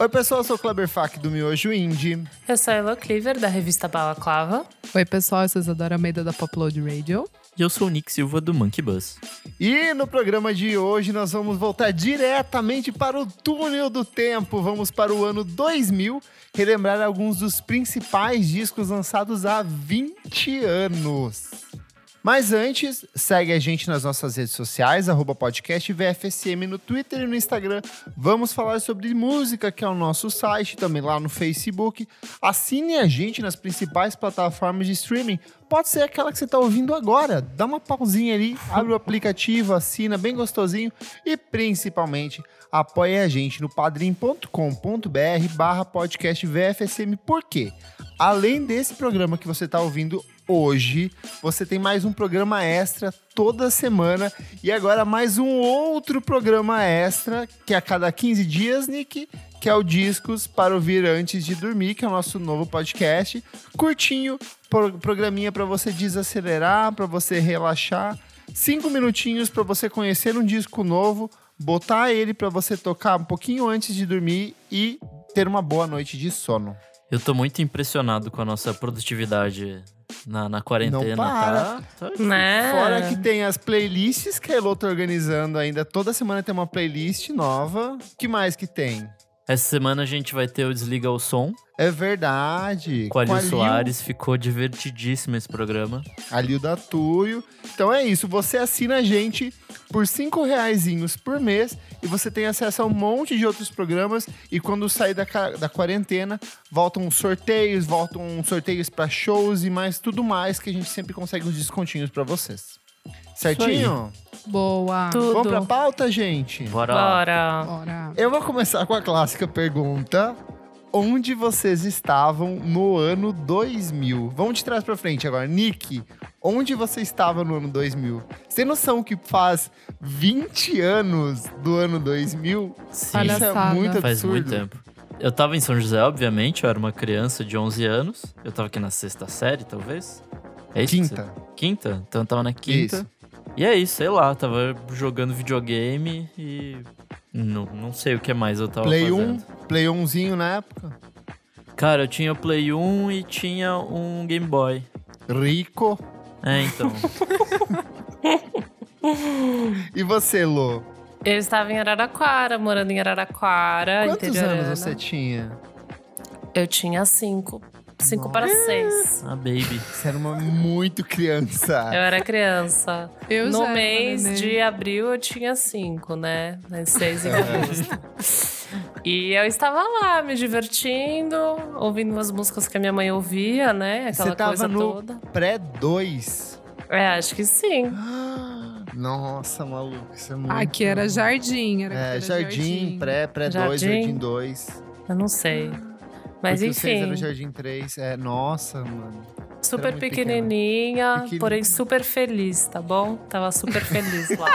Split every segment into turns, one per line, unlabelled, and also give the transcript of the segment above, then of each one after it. Oi, pessoal, eu sou o Kleber Fak do Miojo Indie.
Eu sou a Elo Cleaver, da revista Balaclava.
Oi, pessoal, eu sou a Isadora Almeida da Popload Radio.
E eu sou o Nick Silva do Monkey Bus.
E no programa de hoje nós vamos voltar diretamente para o túnel do tempo. Vamos para o ano 2000, relembrar alguns dos principais discos lançados há 20 anos. Mas antes, segue a gente nas nossas redes sociais, arroba podcast VFSM no Twitter e no Instagram. Vamos falar sobre música, que é o nosso site, também lá no Facebook. Assine a gente nas principais plataformas de streaming. Pode ser aquela que você está ouvindo agora. Dá uma pausinha ali, abre o aplicativo, assina bem gostosinho e principalmente apoie a gente no padrim.com.br barra podcast VFSM. Por quê? Além desse programa que você está ouvindo hoje, você tem mais um programa extra toda semana e agora mais um outro programa extra que é a cada 15 dias, Nick, que é o Discos para ouvir antes de dormir, que é o nosso novo podcast, curtinho, pro- programinha para você desacelerar, para você relaxar, cinco minutinhos para você conhecer um disco novo, botar ele para você tocar um pouquinho antes de dormir e ter uma boa noite de sono.
Eu tô muito impressionado com a nossa produtividade na, na
Não
quarentena.
para.
Tá, tá
Né?
Fora que tem as playlists que a Elo tá organizando ainda. Toda semana tem uma playlist nova. que mais que tem?
Essa semana a gente vai ter o Desliga o Som
É verdade.
com a Lil
Lil-
Soares. Ficou divertidíssimo esse programa.
A Lil da Tuyo. Então é isso. Você assina a gente por cinco reaisinhos por mês e você tem acesso a um monte de outros programas. E quando sair da, ca- da quarentena, voltam sorteios, voltam sorteios para shows e mais tudo mais que a gente sempre consegue uns descontinhos para vocês. Certinho?
Boa!
Tudo.
Vamos pra pauta, gente?
Bora lá.
Bora!
Bora!
Eu vou começar com a clássica pergunta: onde vocês estavam no ano 2000? Vamos de trás pra frente agora, Nick. Onde você estava no ano 2000? Você tem noção que faz 20 anos do ano 2000?
Sim,
Olha
Isso é
Palhaçada.
muito absurdo.
faz muito tempo. Eu tava em São José, obviamente. Eu era uma criança de 11 anos. Eu tava aqui na sexta série, talvez. É isso? que você-
Quinta.
Quinta? Então eu tava na quinta.
Isso.
E é isso, sei lá, tava jogando videogame e. Não, não sei o que mais eu tava
Play 1,
fazendo.
Play 1zinho na época.
Cara, eu tinha o Play 1 e tinha um Game Boy.
Rico.
É, então.
E você, Lô?
Eu estava em Araraquara, morando em Araraquara.
Quantos
interiorana.
anos você tinha?
Eu tinha cinco. Cinco para seis.
ah, baby.
Você era uma muito criança.
Eu era criança.
Eu já
no
era né?
mês
neném.
de abril eu tinha cinco, né? Mas seis
É.
em agosto. E eu estava lá me divertindo, ouvindo umas músicas que a minha mãe ouvia, né? Aquela
Você tava
coisa
no-
toda.
Pré 2.
É, acho que sim.
Nossa, maluco, isso é muito.
Ah, Aqui era jardim, era,
É,
era
jardim, pré, pré 2,
Jardim.
jardim 2.
Eu não sei. Mas
Porque o seis era
enfim,
o jardim 3. É, nossa, mano.
super
muito pequena.
pequenininha,
Pequeni-
porém super feliz, tá bom? Tava super feliz lá.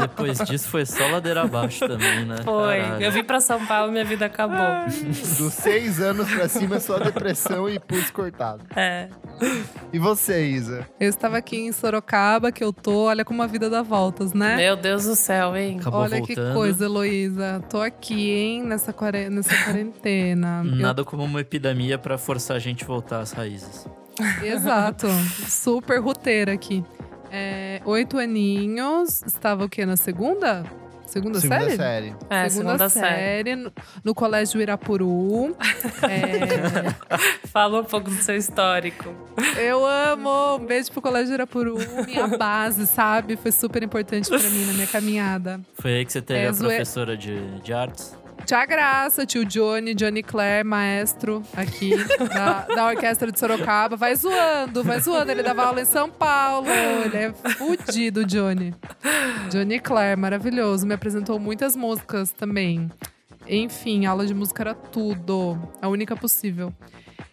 Depois disso foi só ladeira abaixo também, né?
Foi.
Caralho.
Eu vim pra São Paulo, minha vida
Ah.
acabou.
Dos 6 anos pra cima é só depressão e pulso cortado.
É.
E você, Isa?
Eu estava aqui em Sorocaba, que eu tô. Olha como a vida dá voltas, né?
Meu Deus do céu, hein?
Acabou
Olha
voltando.
que coisa, Heloísa. Tô aqui, hein, nessa, quare... nessa quarentena.
Nada como uma epidemia pra forçar a gente a voltar às raízes.
Eu- Exato. Super roteira aqui. É, oito aninhos. Estava o quê? Na segunda? Segunda,
Segunda
série?
série.
É, segunda, série.
no, no Colégio Irapuru. É,
Fala um pouco do seu histórico.
eu amo! Um beijo pro Colégio Irapuru. Minha base, sabe? Foi super importante pra mim na minha caminhada.
Foi aí que você teve
É,
a
zoe-
professora de, de artes?
Tia Graça, tio Johnny, Johnny Clare, maestro aqui da, da Orquestra de Sorocaba. Vai zoando, vai zoando. Ele dava aula em São Paulo. Ele é fudido, Johnny. Johnny Clare, maravilhoso. Me apresentou muitas músicas também. Enfim, aula de música era tudo. A única possível.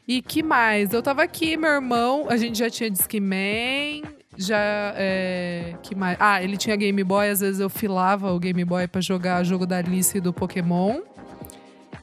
E que mais? Eu tava aqui, meu irmão. A gente já tinha Disque Man. Já. É, que mais? Ah, ele tinha Game Boy. Às vezes eu filava o Game Boy pra jogar jogo da Alice e do Pokémon.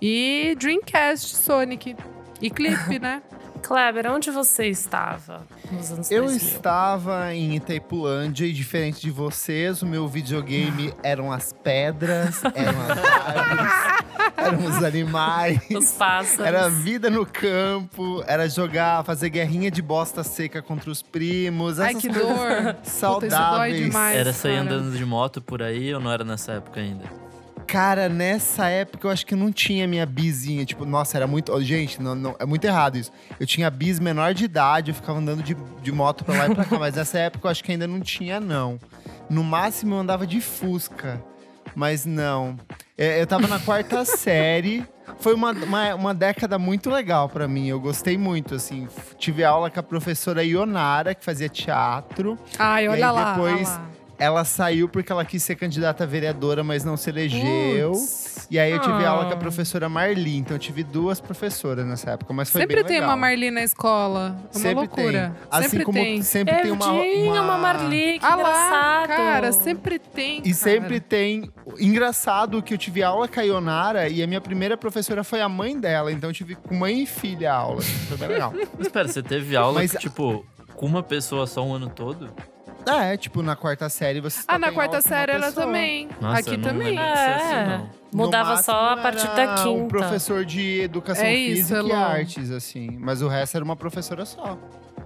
E Dreamcast, Sonic. E clipe, né?
Kleber, onde você estava nos anos
Eu
2000?
estava em Itaipulândia e diferente de vocês, o meu videogame eram as pedras, eram as árvores, eram os animais.
Os pássaros.
Era vida no campo, era jogar, fazer guerrinha de bosta seca contra os primos,
Ai,
essas
que
coisas
dor. Puta, isso dói
saudáveis.
demais.
Era sair
cara.
andando de moto por aí ou não era nessa época ainda?
Cara, nessa época eu acho que eu não tinha minha bizinha. Tipo, nossa, era muito. ó, Gente, não, não- é muito errado isso. Eu tinha bis menor de idade, eu ficava andando de, de moto pra lá e pra cá. mas nessa época eu acho que ainda não tinha, não. No máximo eu andava de Fusca. Mas não. É, Eu tava na quarta série. Foi uma, uma, uma década muito legal pra mim. Eu gostei muito, assim. F- Tive aula com a professora Ionara, que fazia teatro.
Ai,
E
olha
aí
lá.
depois-
olha lá.
Ela saiu porque ela quis ser candidata a vereadora, mas não se elegeu.
Putz.
E aí eu tive
Ah.
aula com a professora Marli, então eu tive duas professoras nessa época, mas foi
Sempre
bem
tem
legal.
uma Marli na escola. É uma
Sempre
loucura.
Tem. Assim
sempre
como
tem.
sempre
Eu
tem uma
tinha uma Marli, que
Ah lá,
engraçado.
cara, sempre tem.
E sempre tem. Engraçado que eu tive aula com a Ionara e a minha primeira professora foi a mãe dela, então eu tive com mãe e filha a aula. assim, Foi bem legal.
Mas pera, você teve aula,
Mas-
tipo, com uma pessoa só um ano todo?
Ah, é, tipo, na quarta série você. só
Ah, na
tem
quarta
aula com uma
série ela
pessoa.
também.
Nossa,
Aqui
eu não
também.
lembro disso
É.
assim, não.
No
Mudava só a
máximo,
partir
era
da quinta.
Um professor de educação
É isso,
física e
Elô.
artes, assim. Mas o resto era uma professora só.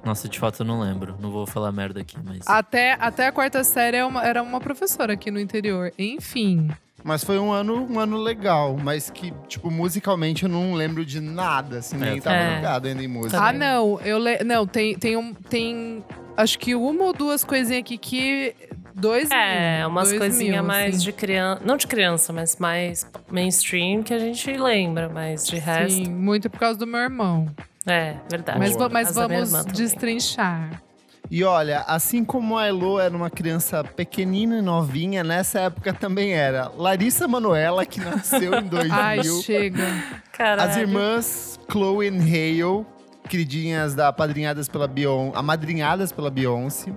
Nossa, de fato eu não lembro. Não vou falar merda aqui, mas.
Até, até a quarta série é uma- era uma professora aqui no interior. Enfim.
Mas foi um ano, um ano legal, mas que, tipo, musicalmente eu não lembro de nada, assim, nem
É,
tava
também.
ligado ainda em música.
Ah, não. Eu le... Não, tem, tem um. Tem. Acho que uma ou duas coisinhas aqui que. Dois
É,
mil,
umas
dois
coisinhas
mil,
mais
assim.
de criança. Não de criança, mas mais mainstream que a gente lembra, mas de resto.
Sim, muito por causa do meu irmão.
É, verdade.
Mas, va-
Por
mas
causa da minha
vamos
irmã também.
destrinchar.
E olha, assim como a Elo era uma criança pequenina e novinha, nessa época também era Larissa Manoela, que nasceu em 2000.
Ai, chega.
Caralho.
As irmãs Chloe e Hale, queridinhas da padrinhadas pela Beyon, amadrinhadas pela Beyoncé.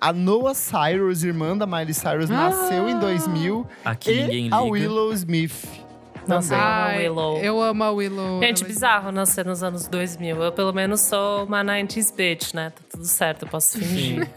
A Noah Cyrus, irmã da Miley Cyrus, nasceu em 2000.
Aqui ninguém
E
liga.
a Willow Smith.
Nossa, eu amo a
Ai,
Willow.
Eu amo a Willow.
Gente,
Ela- é
bizarro nascer nos anos 2000. Eu, pelo menos, sou uma 90s bitch, né? Tá tudo certo, eu posso fingir.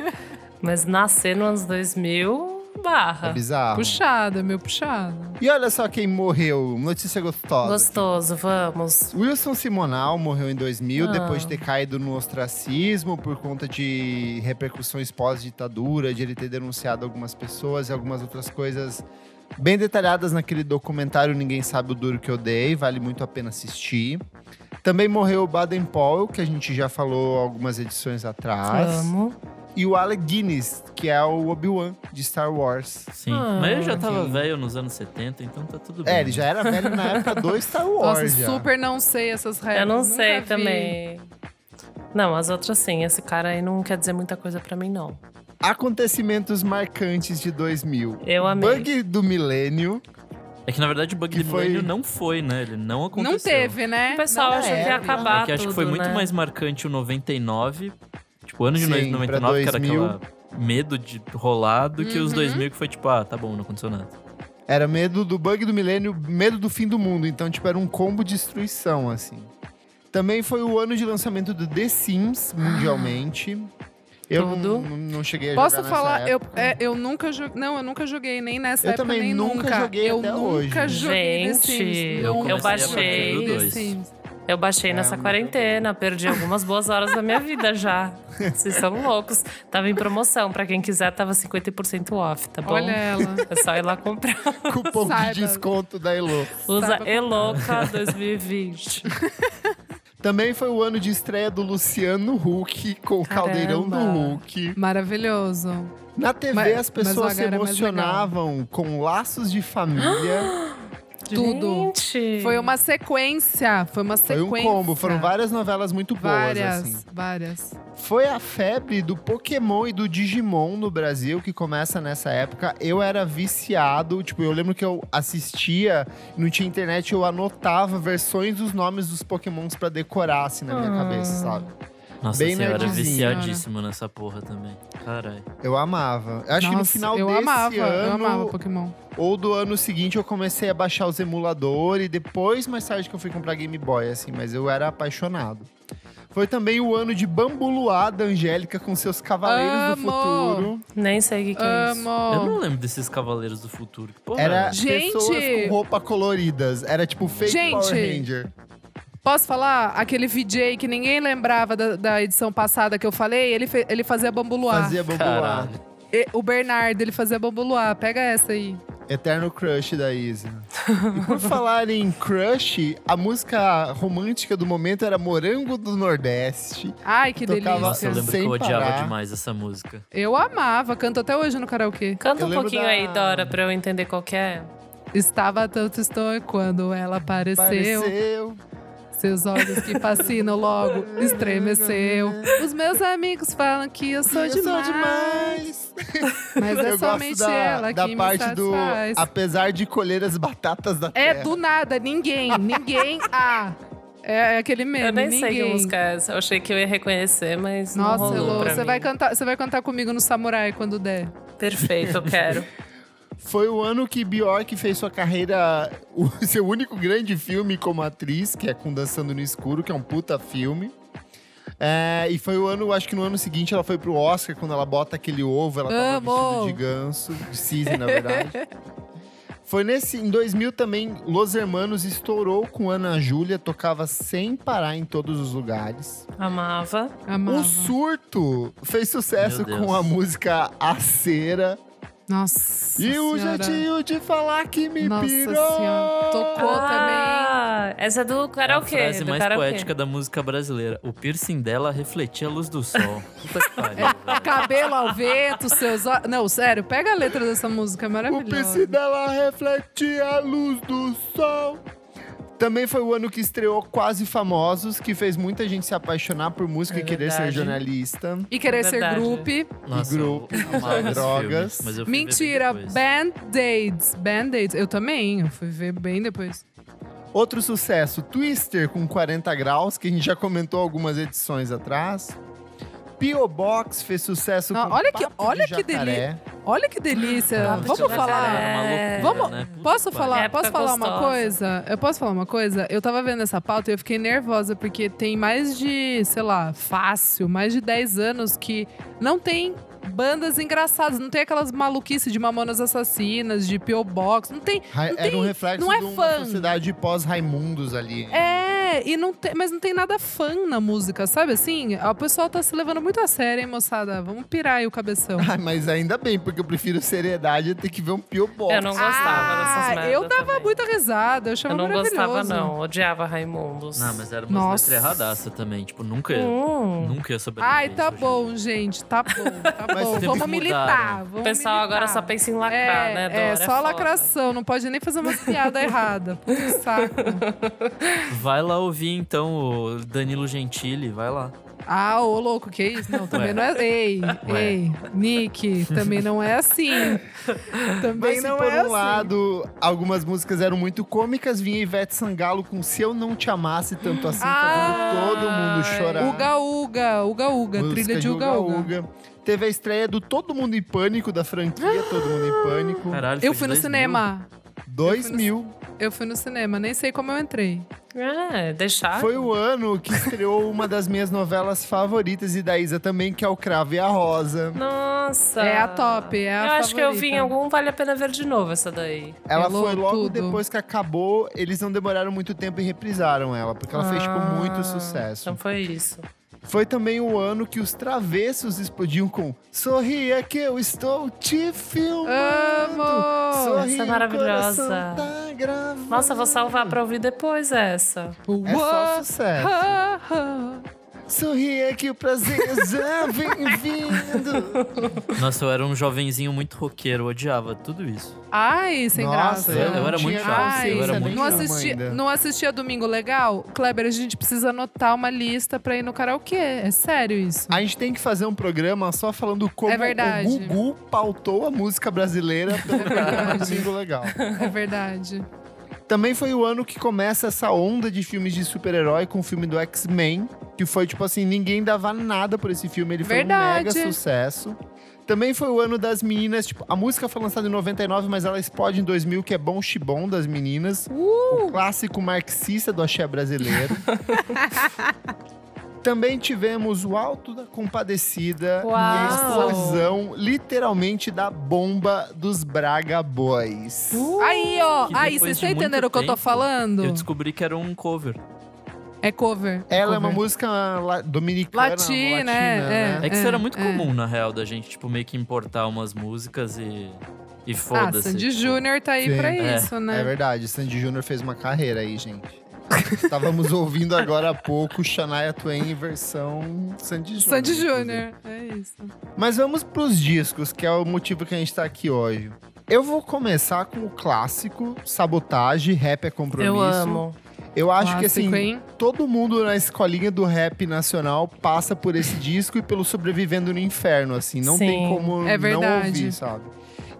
Mas nascer nos anos 2000,
É
barra.
bizarro.
Puxada, meu puxado.
E olha só quem morreu. Notícia gostosa.
Gostoso, vamos.
Wilson Simonal morreu em 2000,
Ah.
depois de ter caído no ostracismo por conta de repercussões pós-ditadura, de ele ter denunciado algumas pessoas e algumas outras coisas bem detalhadas naquele documentário Ninguém Sabe o Duro Que Eu Dei, vale muito a pena assistir. Também morreu o Baden Powell, que a gente já falou algumas edições atrás.
Vamos.
E o Alec Guinness, que é o Obi-Wan de Star Wars.
Sim.
Ah,
mas eu já tava
sim.
velho nos anos 70, então tá tudo bem.
É, ele já era velho na época do Star Wars.
Nossa,
já.
super não sei essas regras.
Eu não
É, nunca
sei
vi.
também. Não, as outras sim. Esse cara aí não quer dizer muita coisa pra mim, não.
Acontecimentos marcantes de 2000.
Eu amei.
Bug do milênio.
É que na verdade o bug
Que
de
foi-
milênio não foi, né? Ele não aconteceu.
Não teve, né?
O pessoal
Não,
acha
é,
que ia
é.
acabar
É que acho
tudo,
que foi muito
né?
mais marcante o 99. Tipo, o ano de
Sim,
99, que
pra
era
2000.
aquela medo de rolar, do que os
Uhum.
2000 que foi tipo, ah, tá bom, não aconteceu nada.
Era medo do bug do milênio, medo do fim do mundo. Então, tipo, era um combo de destruição, assim. Também foi o ano de lançamento do The Sims, mundialmente. Eu
Tudo.
não, não- não cheguei a
Posso
jogar
falar,
nessa
eu,
época.
é, eu nunca joguei. Não, eu nunca joguei nem nessa
Eu
época.
também
nem
nunca joguei
Eu
até
nunca
hoje. né?
joguei The
Gente,
Sims.
eu
Nunca
comecei a
joguei
partir do Tá
The
dois.
Sims.
Eu baixei
É,
nessa
mas-
quarentena, perdi algumas boas horas da minha vida já. Vocês são loucos. Tava em promoção. Pra quem quiser, tava 50% off, tá bom?
Olha ela.
É só ir lá comprar.
Cupom
Saiba.
um de desconto da Elo.
Usa
comprar.
Eloca 2020.
Também foi o ano de estreia do Luciano Huck com o caldeirão do
Caramba.
Huck.
Maravilhoso.
Na TV,
Mas-
as
mas
pessoas
o
se
H era mais
emocionavam com laços de família.
Tudo.
Gente.
Foi uma sequência. Foi uma
foi
sequência.
um combo. Foram várias novelas muito boas,
Várias,
assim.
várias.
Foi a febre do Pokémon e do Digimon no Brasil que começa nessa época. Eu era viciado, tipo, eu lembro que eu assistia, não tinha internet, eu anotava versões dos nomes dos Pokémons pra decorar assim na minha
Ah.
cabeça, sabe?
Nossa
Bem
senhora,
nerdzinho. né?
viciadíssimo nessa porra também. Caralho.
Eu amava. Eu acho que no
Nossa,
final
eu
desse
amava,
ano
Eu amava Pokémon.
ou do ano seguinte eu comecei a baixar os emuladores e depois mais tarde que eu fui comprar Game Boy assim, mas eu era apaixonado. Foi também o ano de Bambuluá da Angélica com seus Cavaleiros do
Amo!
Futuro.
Nem sei o que, que é isso.
Eu
Amo.
não lembro desses Cavaleiros do Futuro. Que porra
Era
é essa?
Gente!
pessoas com roupa coloridas. Era tipo fake
Gente!
Power Ranger.
Posso falar? Aquele VJ que ninguém lembrava da, da edição passada que eu falei, ele, fe- ele fazia bambuluá.
Fazia Bambuluá.
Caralho.
E- o Bernardo, ele fazia bambuluá. Pega essa aí.
Eterno crush da Isa. E por falar em crush, a música romântica do momento era Morango do Nordeste.
Ai, que
Tocava-
Nossa, eu
delícia.
lembro
Sem
que eu odiava
parar.
demais essa música.
Eu amava, canto até hoje no karaokê.
Canta
Eu
um
lembro
pouquinho
da-
aí, Dora, pra eu entender qual que é.
Estava tanto estoico quando ela apareceu.
Pareceu.
Seus olhos que fascinam logo estremeceu. Os meus amigos falam que eu sou
eu
demais.
sou demais.
Mas é
eu
somente
gosto da,
ela
da
que
parte
me
do.
satisfaz.
Apesar de colher as batatas da
É
terra.
do nada, ninguém, ninguém a. É, é aquele meme,
Eu nem sei que
ninguém.
música é essa. Eu achei que eu ia reconhecer, mas não
Nossa,
rolou
Elô,
pra
você
mim.
vai, cantar, você vai cantar comigo no Samurai quando der.
Perfeito, eu quero.
Foi o ano que Bjork fez sua carreira, o seu único grande filme como atriz, que é com Dançando no Escuro, que é um puta filme. É, e foi o ano, acho que no ano seguinte ela foi pro Oscar, quando ela bota aquele ovo, ela tava
Amo!
vestida de ganso, de cisne, na verdade. Foi nesse, em 2000 também, Los Hermanos estourou com Ana Júlia, tocava sem parar em todos os lugares.
Amava.
Amava.
O Surto fez sucesso
Meu Deus.
com a música A Cera.
Nossa
E o
senhora.
jeitinho de falar que me
Nossa
pirou.
Senhora. Tocou também.
ah, essa é do
a
karaokê.
frase
do
mais
karaokê.
poética da música brasileira. O piercing dela refletia a luz do sol. Puta que pariu,
É.
velho.
Cabelo ao vento, seus olhos. Não, sério, pega a letra dessa música, é
O
maravilhosa.
pincel dela reflete a luz do sol. Também foi o ano que estreou Quase Famosos, que fez muita gente se apaixonar por música
É
e querer ser
verdade.
jornalista.
E querer
Verdade.
ser grupo.
Nossa,
E grupo,
eu amava esse
drogas.
filme, mas eu fui ver bem
Mentira,
depois.
Band-Aids. Band-Aids. Eu também, eu fui ver bem depois.
Outro sucesso, Twister com 40 graus, que a gente já comentou algumas edições atrás. P.O. Box fez sucesso
Não,
com
olha que-
Papo
olha
de
que
Jacaré.
delícia. Olha que delícia.
Ah,
Vamos
Jacaré
falar.
era uma
É.
loucura,
Vamos-
né? Puta
Posso
que pariu.
falar?
Época
Posso falar uma
gostosa.
coisa? Eu posso falar uma coisa? Eu tava vendo essa pauta e eu fiquei nervosa, porque tem mais de, sei lá, fácil, mais de 10 anos que não tem bandas engraçadas, não tem aquelas maluquices de Mamonas Assassinas, de P.O. Box, não tem.
Ra-
Não
Era um
tem-
reflexo
não é
de uma
fã.
sociedade pós-Raimundos ali. né?
É, e não tem, mas não tem nada fã na música, sabe assim? O pessoal tá se levando muito a sério, hein, moçada? Vamos pirar aí o cabeção.
Ai, mas ainda bem, porque eu prefiro seriedade do que ver um P.O. Box.
Eu não gostava
Ah,
dessas merdas
eu dava
também.
muita risada, eu
Eu
achava
não
maravilhoso.
gostava, não. Odiava Raimundos.
Não, mas era uma
Nossa.
letra erradaça também. Tipo, nunca ia,
Hum.
nunca ia saber.
Ai, tá bom, gente, tá bom, tá
Mas
bom.
teve
Vamos
que mudar,
militar,
né?
vamos
O pessoal agora só
militar.
pensa em lacrar,
é,
né, Dora?
É, só
foda.
lacração, não pode nem fazer umas piadas erradas. Puta que saco.
Vai lá ouvir então o Danilo Gentili, vai lá.
Ah, ô louco, que isso? Não, também
Ué.
não é. Ei,
Ué.
ei, Nick, também não é assim. Também
Mas se
não
por
é
um
assim.
lado, algumas músicas eram muito cômicas, vinha Ivete Sangalo com Se Eu Não Te Amasse Tanto Assim,
Ah,
fazendo todo mundo chorar.
Uga Uga, Uga Uga,
Música
trilha de Uga Uga.
Uga. Teve a estreia do Todo Mundo em Pânico, da franquia Todo Mundo em Pânico.
Caralho,
Eu fui
foi de
no
2000.
cinema.
2000.
Eu fui no cinema, nem sei como eu entrei.
É,
Ah?
deixar.
Foi o ano que estreou uma das minhas novelas favoritas e da Isa também, que é O Cravo e a Rosa.
Nossa.
É a top, é a
Eu acho que eu vi em
favorita.
algum Vale a Pena Ver de novo essa daí.
Ela
Pelou
foi logo
tudo.
depois que acabou, eles não demoraram muito tempo e reprisaram ela, porque ela fez, tipo,
Ah,
muito sucesso.
Então foi isso.
Foi também o ano que os travessos explodiam com Sorria que eu estou te filmando.
Amo!
Sorri,
Essa é
o
maravilhosa.
coração Tá gravando.
Nossa, eu vou salvar pra ouvir depois essa.
É só sucesso.
Ah, ah.
Sorria que o prazer já vem vindo.
Nossa, eu era um jovenzinho muito roqueiro, eu odiava tudo isso.
Ai, sem
Nossa,
graça.
eu- eu era muito
tinha
chato,
consciência
eu era
nem
muito
não,
de
chato.
alma
assisti,
ainda.
não assistia Domingo Legal? Kleber, a gente precisa anotar uma lista pra ir no karaokê. É sério isso.
A gente tem que fazer um programa só falando como
É verdade.
o Gugu pautou a música brasileira pelo programa do Bingo Legal.
É verdade.
Também foi o ano que começa essa onda de filmes de super-herói com o filme do X-Men, que foi tipo assim, ninguém dava nada por esse filme, ele
Verdade.
foi um mega sucesso. Também foi o ano das meninas, tipo, a música foi lançada em 99, mas ela explode em 2000, que é Bom Chibom das
Uh!
meninas. O clássico marxista do axé brasileiro. Também tivemos o Alto da Compadecida e a
Uau!
explosão, literalmente, da bomba dos Braga Boys.
Aí, ó.
Que
Aí, vocês
depois de
estão
muito
entendendo o que eu tô
tempo,
falando?
Eu descobri que era um cover.
É cover.
Ela é uma
Cover.
música la- dominicana,
Latina,
latina,
é,
né?
É que isso
É,
era muito
é.
comum, na real, da gente, tipo, meio que importar umas músicas e. E
Ah,
foda-se.
Sandy
tipo.
Júnior tá aí
Sim.
pra
É,
isso,
É
né?
verdade, Sandy Júnior fez uma carreira aí, gente. Estávamos ouvindo agora há pouco Shania Twain em versão Sandy Júnior.
Sandy
inclusive.
Júnior. É isso.
Mas vamos pros discos, que é o motivo que a gente tá aqui hoje. Eu vou começar com o clássico, Sabotage, Rap é Compromisso.
Eu amo.
Eu acho que
Clássico,
assim,
hein?
todo mundo na escolinha do rap nacional passa por esse disco e pelo Sobrevivendo no Inferno, assim. Não tem
Sim,
como
é
não
verdade.
ouvir, sabe?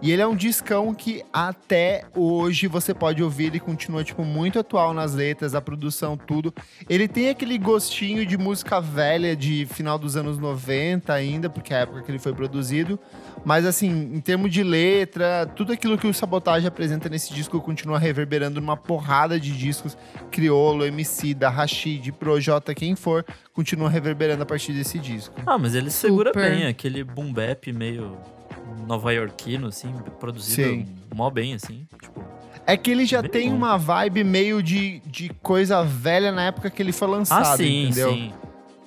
E ele é um discão que até hoje você pode ouvir, ele continua, tipo, muito atual nas letras, a produção, tudo. Ele tem aquele gostinho de música velha de final dos anos 90 ainda, porque é a época que ele foi produzido. Mas assim, em termos de letra, tudo aquilo que o Sabotage apresenta nesse disco continua reverberando numa porrada de discos. Criolo, MC, da Rashid, Projota, quem for, continua reverberando a partir desse disco.
Ah, mas ele segura
Super.
bem aquele boom bap meio nova-iorquino, assim, produzido
Sim.
mó bem, assim. Tipo,
É que ele já
Bem
tem
bom.
uma vibe meio de, de coisa velha na época que ele foi
ah,
lançado,
sim,
entendeu?
sim.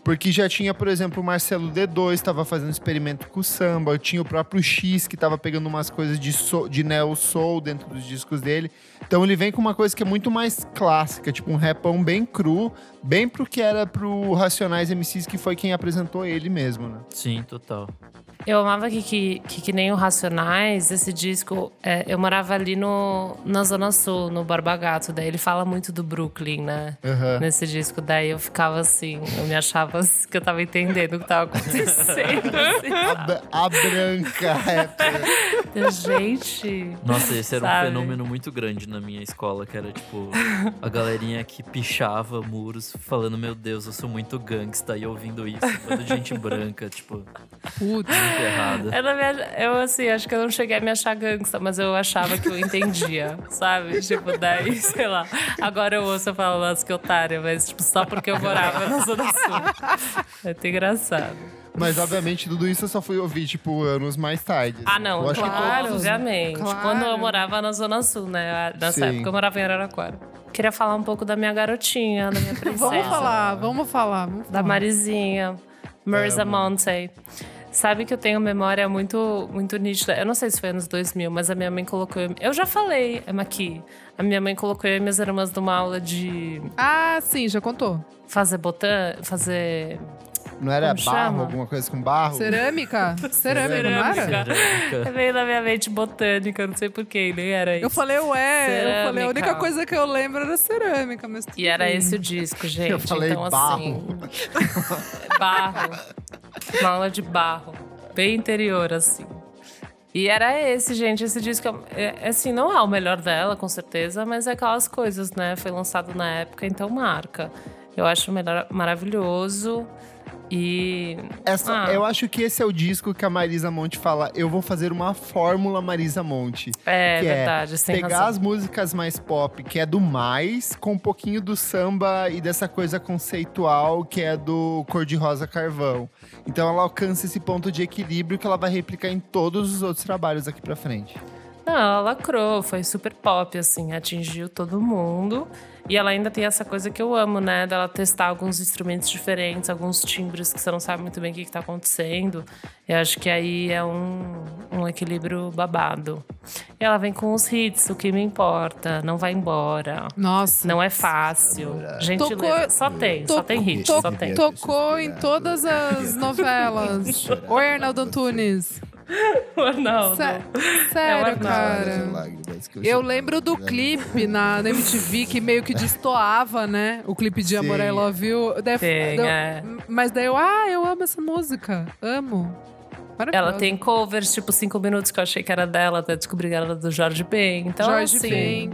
Porque já tinha, por exemplo, o Marcelo D2, estava fazendo experimento com o samba, tinha o próprio X, que estava pegando umas coisas de, so- de neo soul dentro dos discos dele. Então ele vem com uma coisa que é muito mais clássica, tipo um rapão bem cru, bem pro que era pro Racionais MCs, que foi quem apresentou ele mesmo, né?
Sim, total.
Eu amava que, que, que, que nem o Racionais, esse disco. é, eu morava ali no, na Zona Sul, no Barbagato. Daí ele fala muito do Brooklyn, né? Nesse disco, daí eu ficava assim, eu me achava assim, que eu tava entendendo o que tava acontecendo.
A, br- a branca é rapper.
assim. Gente.
Nossa, esse era um
Sabe?
fenômeno muito grande na minha escola, que era tipo a galerinha que pichava muros falando, meu Deus, eu sou muito gangsta e ouvindo isso, falando de gente branca, tipo, muito
Putz.
errada.
Eu, não me ach- eu, assim, acho que eu não cheguei a me achar gangsta, mas eu achava que eu entendia, sabe? Tipo, daí, sei lá. Agora eu ouço e falo, nossa, que otária, mas tipo, só porque eu morava na Zona Sul. É até engraçado.
Mas, obviamente, tudo isso eu só fui ouvir, tipo, anos mais tarde.
Ah,
assim.
não,
Eu acho que
claro,
todos, né?
obviamente.
Claro.
Quando eu morava na Zona Sul, né? Nessa
Sim.
época eu morava em Araraquara. Queria falar um pouco da minha garotinha, da minha princesa.
Vamos falar, vamos falar. Vamos
da
falar.
Marizinha, Marisa Monte. Sabe que eu tenho memória muito, muito nítida. Eu não sei se foi anos 2000, mas a minha mãe colocou. eu- Eu já falei, é aqui. A minha mãe colocou eu e minhas irmãs numa aula de
Ah, sim, já contou.
fazer botã, fazer.
Não era
Como
barro,
chama?
alguma coisa com barro?
Cerâmica? Cerâmica, não era?
Cerâmica.
Cerâmica.
Veio É na minha mente botânica, não sei porquê, nem era isso.
Eu falei, ué, eu falei, a única
Cerâmica.
coisa que eu lembro era cerâmica, mas tudo
E era
bem.
esse o disco, gente.
Eu falei
então,
barro.
assim. barro. Uma aula de barro. Bem interior, assim. E era esse, gente. Esse disco, é- é, assim, não é o melhor dela, com certeza, mas é aquelas coisas, né? Foi lançado na época, então marca. Eu acho melhor, maravilhoso. E.
Essa,
Ah.
Eu acho que esse é o disco que a Marisa Monte fala: eu vou fazer uma fórmula Marisa Monte.
É
Que é
verdade, sem
Pegar
razão.
as músicas mais pop, que é do mais, com um pouquinho do samba e dessa coisa conceitual que é do Cor-de-Rosa Carvão. Então ela alcança esse ponto de equilíbrio que ela vai replicar em todos os outros trabalhos aqui pra frente.
Não, ela lacrou, foi super pop, assim, atingiu todo mundo. E ela ainda tem essa coisa que eu amo, né? Dela testar alguns instrumentos diferentes, alguns timbres que você não sabe muito bem o que, que tá acontecendo. Eu acho que aí é um, um equilíbrio babado. E ela vem com os hits, o que me importa, não vai embora.
Nossa.
Não é fácil. Gentileza.
Tocou-
só tem, só tem hit,
to-
só
É,
tem.
Tocou em todas as novelas. Oi, Arnaldo Antunes.
Não,
Sé-
não.
Sério,
É Arnaldo.
cara. Eu lembro do clipe na, na MTV que meio que destoava, né? O clipe de Amor
Sim.
I Love You. Daí-
Sim,
daí-
é.
Mas daí eu, ah, eu amo essa música. Amo.
Ela
Maravilhosa.
tem covers, tipo, cinco minutos que eu achei que era dela, até descobri que era do Jorge Ben. Então,
Jorge
assim,
Ben.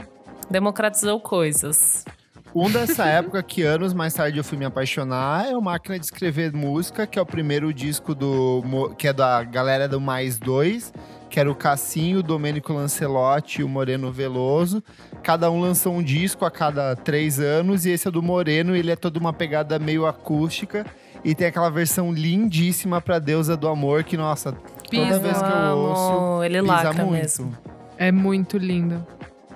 democratizou coisas.
Um dessa época que anos mais tarde eu fui me apaixonar é o Máquina de Escrever Música, que é o primeiro disco do Mo- que é da galera do Mais Dois, que era o Cassinho, o Domênico Lancelotti e o Moreno Veloso. Cada um lançou um disco a cada três anos, e esse é do Moreno, ele é toda uma pegada meio acústica. E tem aquela versão lindíssima pra Deusa do Amor, que, nossa, toda
Pisa.
vez que eu ouço,
Amo, ele
pisa
lacra
muito.
mesmo.
É muito lindo.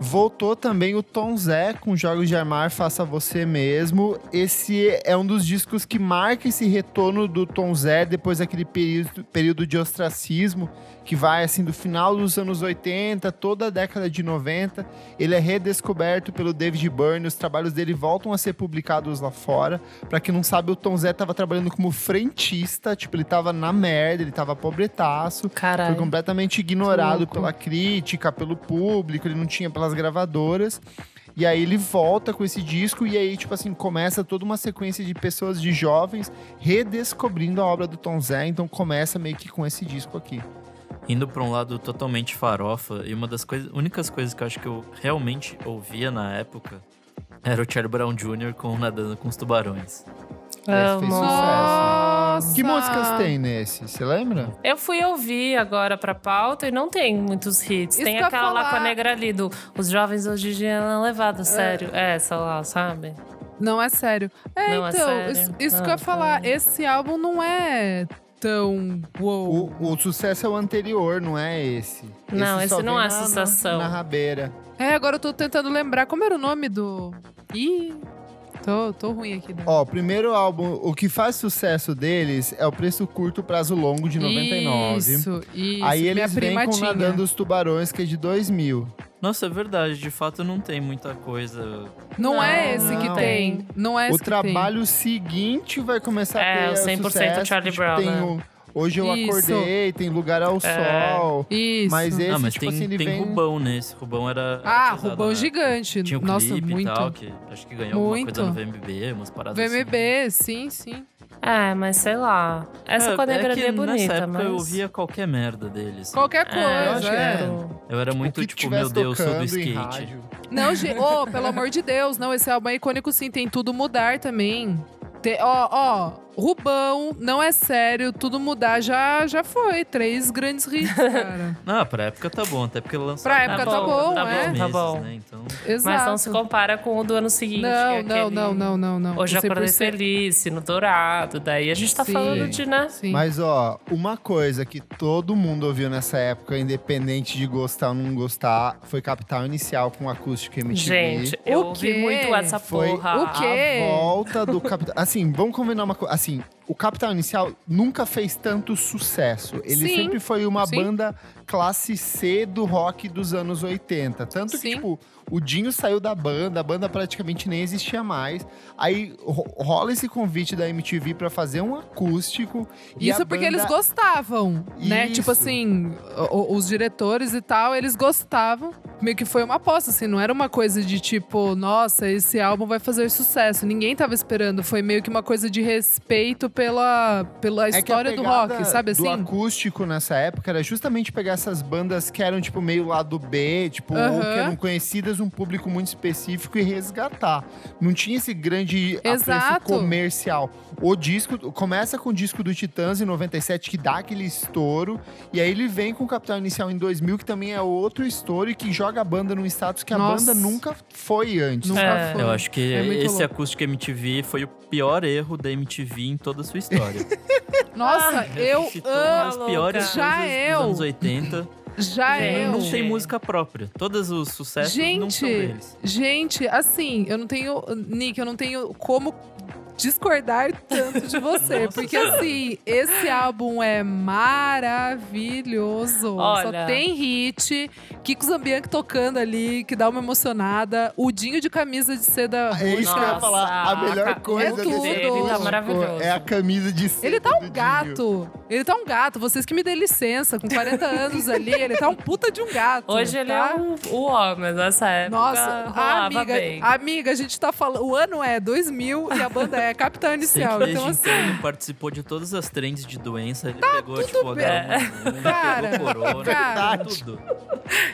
Voltou também o Tom Zé com Jogos de Armar, Faça Você Mesmo. Esse é um dos discos que marca esse retorno do Tom Zé depois daquele período, período de ostracismo, que vai assim do final dos anos 80, toda a década de 90. Ele é redescoberto pelo David Byrne, os trabalhos dele voltam a ser publicados lá fora. Pra quem não sabe, o Tom Zé tava trabalhando como frentista, tipo, ele tava na merda, ele tava pobretaço. Foi
Caralho.
completamente
Que
ignorado
louco.
pela crítica, pelo público, ele não tinha pelas gravadoras. E aí ele volta com esse disco e aí, tipo assim, começa toda uma sequência de pessoas, de jovens, redescobrindo a obra do Tom Zé. Então começa meio que com esse disco aqui.
indo pra um lado totalmente farofa. E uma das coisas, únicas coisas que eu acho que eu realmente ouvia na época era o Charlie Brown Jr. com Nadando com os
é,
Tubarões.
Esse
né?
fez
Amo.
sucesso.
Nossa!
Que músicas tem nesse? Você lembra?
Eu fui ouvir agora pra pauta e não tem muitos hits.
Isso
tem
que eu ia
aquela lá com a
falar.
negra ali do Os jovens hoje em dia não é levado a sério. Essa lá, sabe?
Não é sério. É,
Não é
então,
sério.
isso, isso
Não,
que eu ia falar.
sério.
Esse álbum não é tão wow.
O, o sucesso é o anterior, não é esse.
Não, esse
só
não
vem
é
na- na-
sucessão.
Na, rabeira.
É, agora eu tô tentando lembrar. Como era o nome do. Ih, tô, tô ruim aqui. Né?
Ó, o primeiro álbum, o que faz sucesso deles é o Preço Curto, Prazo Longo de 99.
Isso, isso.
Aí
minha
eles vêm
prima
com
tinha.
Nadando os Tubarões, que é de 2000.
Nossa, é verdade, de fato não tem muita coisa.
Não,
Não,
é esse que
não.
tem. Não é esse
o
que
trabalho seguinte vai começar a
É,
ter
o 100%
sucesso,
Charlie
tipo,
Brown,
tem
né? É.
o Hoje Eu
Isso.
Acordei, tem Lugar ao Sol.
tem. Isso.
Mas esse,
ah, mas
tipo
tem,
assim, ele
tem
vem...
Rubão nesse. Rubão era.
Ah,
era pesado,
Rubão
né?
Gigante.
Tinha o
Nossa,
clipe
muito.
e tal, que acho que ganhou alguma coisa no
Muito.
VMB, umas paradas assim.
VMB, sim, sim.
É, mas sei lá. Essa com a negra ali
que
é bonita,
Nessa época
mas.
eu ouvia qualquer merda deles.
Qualquer
É, eu
coisa,
acho que
é.
era.
Eu era
o
muito
que
tipo, meu
tivesse
Deus, sou do
tocando em
skate.
rádio.
Não, gente. Ô, pelo amor de Deus, não. Esse álbum é icônico sim, tem tudo mudar também. Tem- ó, ó, Rubão, não é sério, tudo mudar já, já foi. Três grandes hits, cara.
Não, pra época tá bom, até porque lançou.
Pra
há
época
pouco,
tá bom,
há
tá bom,
poucos
tá
meses,
bom.
né? Então,
Exato.
Mas não se compara com o do ano seguinte.
não,
que é
não,
aquele-
não, não, não, não.
Hoje eu acordei
100%.
feliz, no dourado. Daí a gente tá
é Sim.
falando de, né?
Sim.
Mas, ó, uma coisa que todo mundo ouviu nessa época, independente de gostar ou não gostar, foi Capital Inicial com Acústica MTV.
Gente, eu
O
ouvi
quê?
muito essa
Foi-
porra.
O quê?
A volta do Capital. Assim, vamos combinar uma coisa. Assim, o Capital Inicial nunca fez tanto sucesso. Ele
Sim.
sempre foi uma
Sim.
banda classe C do rock dos anos 80. Tanto que,
Sim.
tipo, o Dinho saiu da banda, a banda praticamente nem existia mais. Aí ro- rola esse convite da MTV pra fazer um acústico. e
Isso é
a
porque
banda-
eles gostavam, né?
Isso.
Tipo assim, o- o- os diretores e tal, eles gostavam. Meio que foi uma aposta, assim, não era uma coisa de tipo, nossa, esse álbum vai fazer sucesso. Ninguém tava esperando. Foi meio que uma coisa de respeito pela, pela
É que a
história do
pegada
rock, sabe
Do
assim?
acústico nessa época era justamente pegar essas bandas que eram, tipo, meio lado B, tipo, ou que
Aham.
eram conhecidas um público muito específico e resgatar. Não tinha esse grande apreço
Exato.
comercial. O disco começa com o disco do Titãs em 97, que dá aquele estouro. E aí ele vem com o Capital Inicial em 2000, que também é outro estouro e que joga a banda num status que a
Nossa.
banda nunca foi antes.
Nunca
É.
foi.
eu acho que
É muito
esse
louco.
acústico MTV foi o pior erro da MTV em toda a sua história.
Nossa, eu
Citou uma
amo.
Ah,
das piores
louca.
Já
coisas
eu.
dos anos 80.
Já
É,
é um
Gente,
eu.
Não tem música própria. Todos os sucessos não são
Gente,
deles.
gente, assim, eu não tenho. Nick, eu não tenho como discordar tanto de você.
Nossa
porque,
Senhora.
assim, esse álbum é maravilhoso.
Olha.
Só tem hit. Kiko Zambianchi tocando ali, que dá uma emocionada. O Dinho de camisa de seda.
É isso que eu ia
Nossa,
falar. A melhor
a
coisa
camisa
desse
dele tá
acústico
maravilhoso.
é a camisa de seda
Ele tá
do
um
Dinho.
gato. Ele tá um gato. Vocês que me dêem licença, com 40 anos ali, ele tá um puta de um gato.
Hoje ele
tá?
é o, o homem, mas nessa época.
Nossa, a
rolava
amiga,
bem.
a amiga, a gente tá falando. O ano é 2000 e a banda é Capitão
Sei que
Inicial.
desde
Então, assim, Tá
então ele participou de todas as trends de doença. Ele pegou, tipo, a
bem.
galera,
Cara,
pegou corona,
cara.
tudo.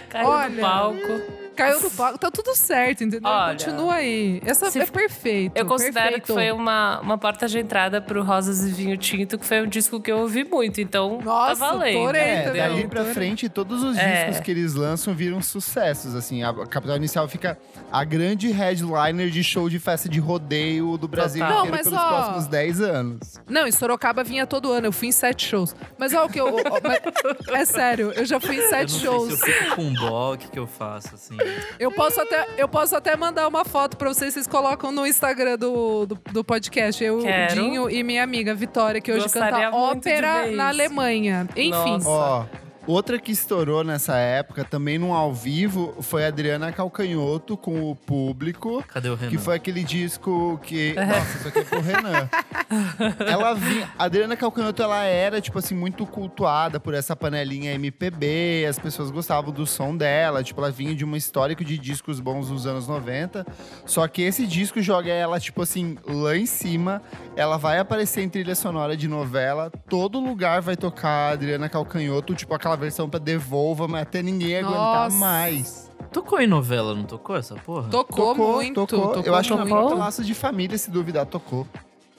Caiu
Olha. Hum,
do palco.
Caiu do palco. Tá tudo certo, entendeu?
Olha,
Continua aí. Essa
se
é
f-
perfeito.
Eu considero
perfeito.
que foi uma, uma porta de entrada pro Rosas e Vinho Tinto, que foi um disco que eu ouvi muito, então
Nossa,
tá valendo.
adorei
entendeu?
também.
É, dali pra
Doutora.
frente, todos os
É.
discos que eles lançam viram sucessos, assim. A Capital Inicial fica a grande headliner de show de festa de rodeio do Brasil
Total.
inteiro
Não, mas
pelos
ó-
próximos 10 anos.
um
Não, em Sorocaba vinha todo ano. Eu fui em sete shows. Mas olha o que eu. ó, mas- é sério, eu já fui em
Eu não
sete
sei
tá shows.
se eu fico com dó, o que, que eu faço, assim.
Eu posso, até, eu posso até mandar uma foto pra vocês, vocês colocam no Instagram do, do, do podcast. Eu,
Quero.
Dinho e minha amiga Vitória, que hoje
Gostaria
canta
muito de
ópera
ver isso.
na Alemanha. Enfim.
Nossa.
Ó, outra que estourou nessa época, também num ao vivo, foi a Adriana Calcanhoto com o público.
Cadê o Renan?
Que foi aquele disco que. Nossa, isso aqui é pro Renan. ela vinha. A Adriana Calcanhoto, ela era, tipo assim, muito cultuada por essa panelinha MPB. As pessoas gostavam do som dela. Tipo, ela vinha de um histórico de discos bons nos anos 90. Só que esse disco joga ela, tipo assim, lá em cima. Ela vai aparecer em trilha sonora de novela. Todo lugar vai tocar a Adriana Calcanhoto, tipo aquela versão pra Devolva, mas até ninguém aguentar
Nossa.
mais.
Tocou em novela, não tocou essa porra?
Tocou, muito.
tocou. Eu acho que é
muito.
falta laço de família, se duvidar, tocou.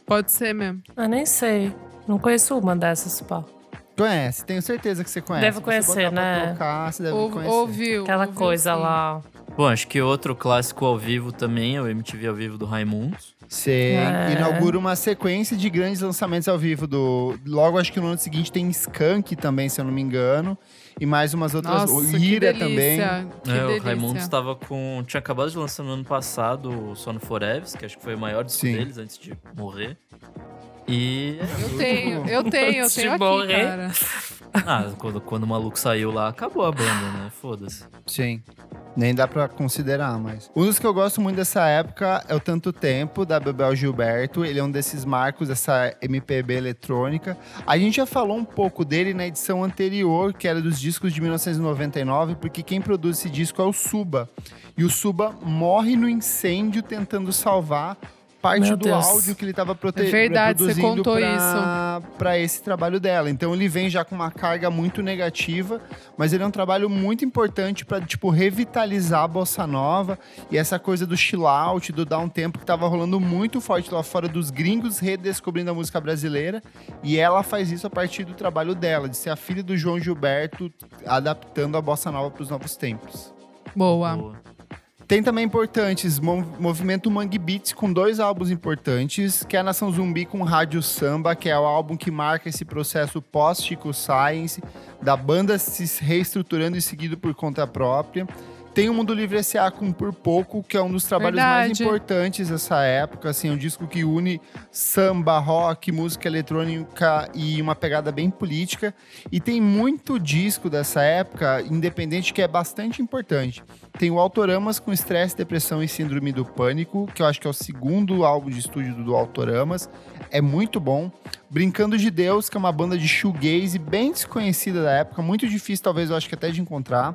Pode ser mesmo.
Ah, nem sei. Não conheço uma dessas, pá.
Conhece, tenho certeza que você conhece.
Deve
Você botar
conhecer,
pra
né?
Tocar, você deve
Ouve-
conhecer.
Ouviu.
Aquela
ouviu
coisa
um sim.
lá.
Bom, acho que outro clássico ao vivo também é o MTV ao vivo do Raimundos.
Sim,
É.
inaugura uma sequência de grandes lançamentos ao vivo do. Logo, acho que no ano seguinte tem Skank também, se eu não me engano. E mais umas outras.
Nossa,
o
que
Ira
delícia,
também.
Que
é,
delícia.
o Raimundos tava com. Tinha acabado de lançar no ano passado o Sono Foreves, que acho que foi o maior disco
Sim.
deles antes de morrer. E.
Eu tenho, eu tenho, eu
Antes de
tenho aqui,
morrer.
cara.
Ah, quando, quando o maluco saiu lá, acabou a banda, né? Foda-se.
Sim. Nem dá pra considerar, mas. Um dos que eu gosto muito dessa época é o Tanto Tempo, da Bebel Gilberto. Ele é um desses marcos dessa MPB eletrônica. A gente já falou um pouco dele na edição anterior, que era dos discos de 1999, porque quem produz esse disco é o Suba. E o Suba morre no incêndio tentando salvar parte
Meu
do
Deus.
áudio que ele estava protegendo.
É verdade, você
produzindo
contou
pra, pra esse trabalho dela. Então ele vem já com uma carga muito negativa, mas ele é um trabalho muito importante para tipo revitalizar a bossa nova e essa coisa do chill out, do down tempo que tava rolando muito forte lá fora dos gringos redescobrindo a música brasileira, e ela faz isso a partir do trabalho dela, de ser a filha do João Gilberto adaptando a bossa nova para os novos tempos.
Boa.
Boa.
Tem também importantes, Mo- Movimento Mangue Beats com dois álbuns importantes, que é a Nação Zumbi com Rádio Samba, que é o álbum que marca esse processo pós-Chico Science, da banda se reestruturando e seguido por conta própria. Tem o Mundo Livre S.A. com Por Pouco, que é um dos trabalhos mais
Verdade.
importantes dessa época, assim, é um disco que une samba, rock, música eletrônica e uma pegada bem política. E tem muito disco dessa época, independente, que é bastante importante. Tem o Autoramas com Estresse, Depressão e Síndrome do Pânico, que eu acho que é o segundo álbum de estúdio do Autoramas. É muito bom. Brincando de Deus, que é uma banda de shoegaze bem desconhecida da época, muito difícil talvez, eu acho que até de encontrar.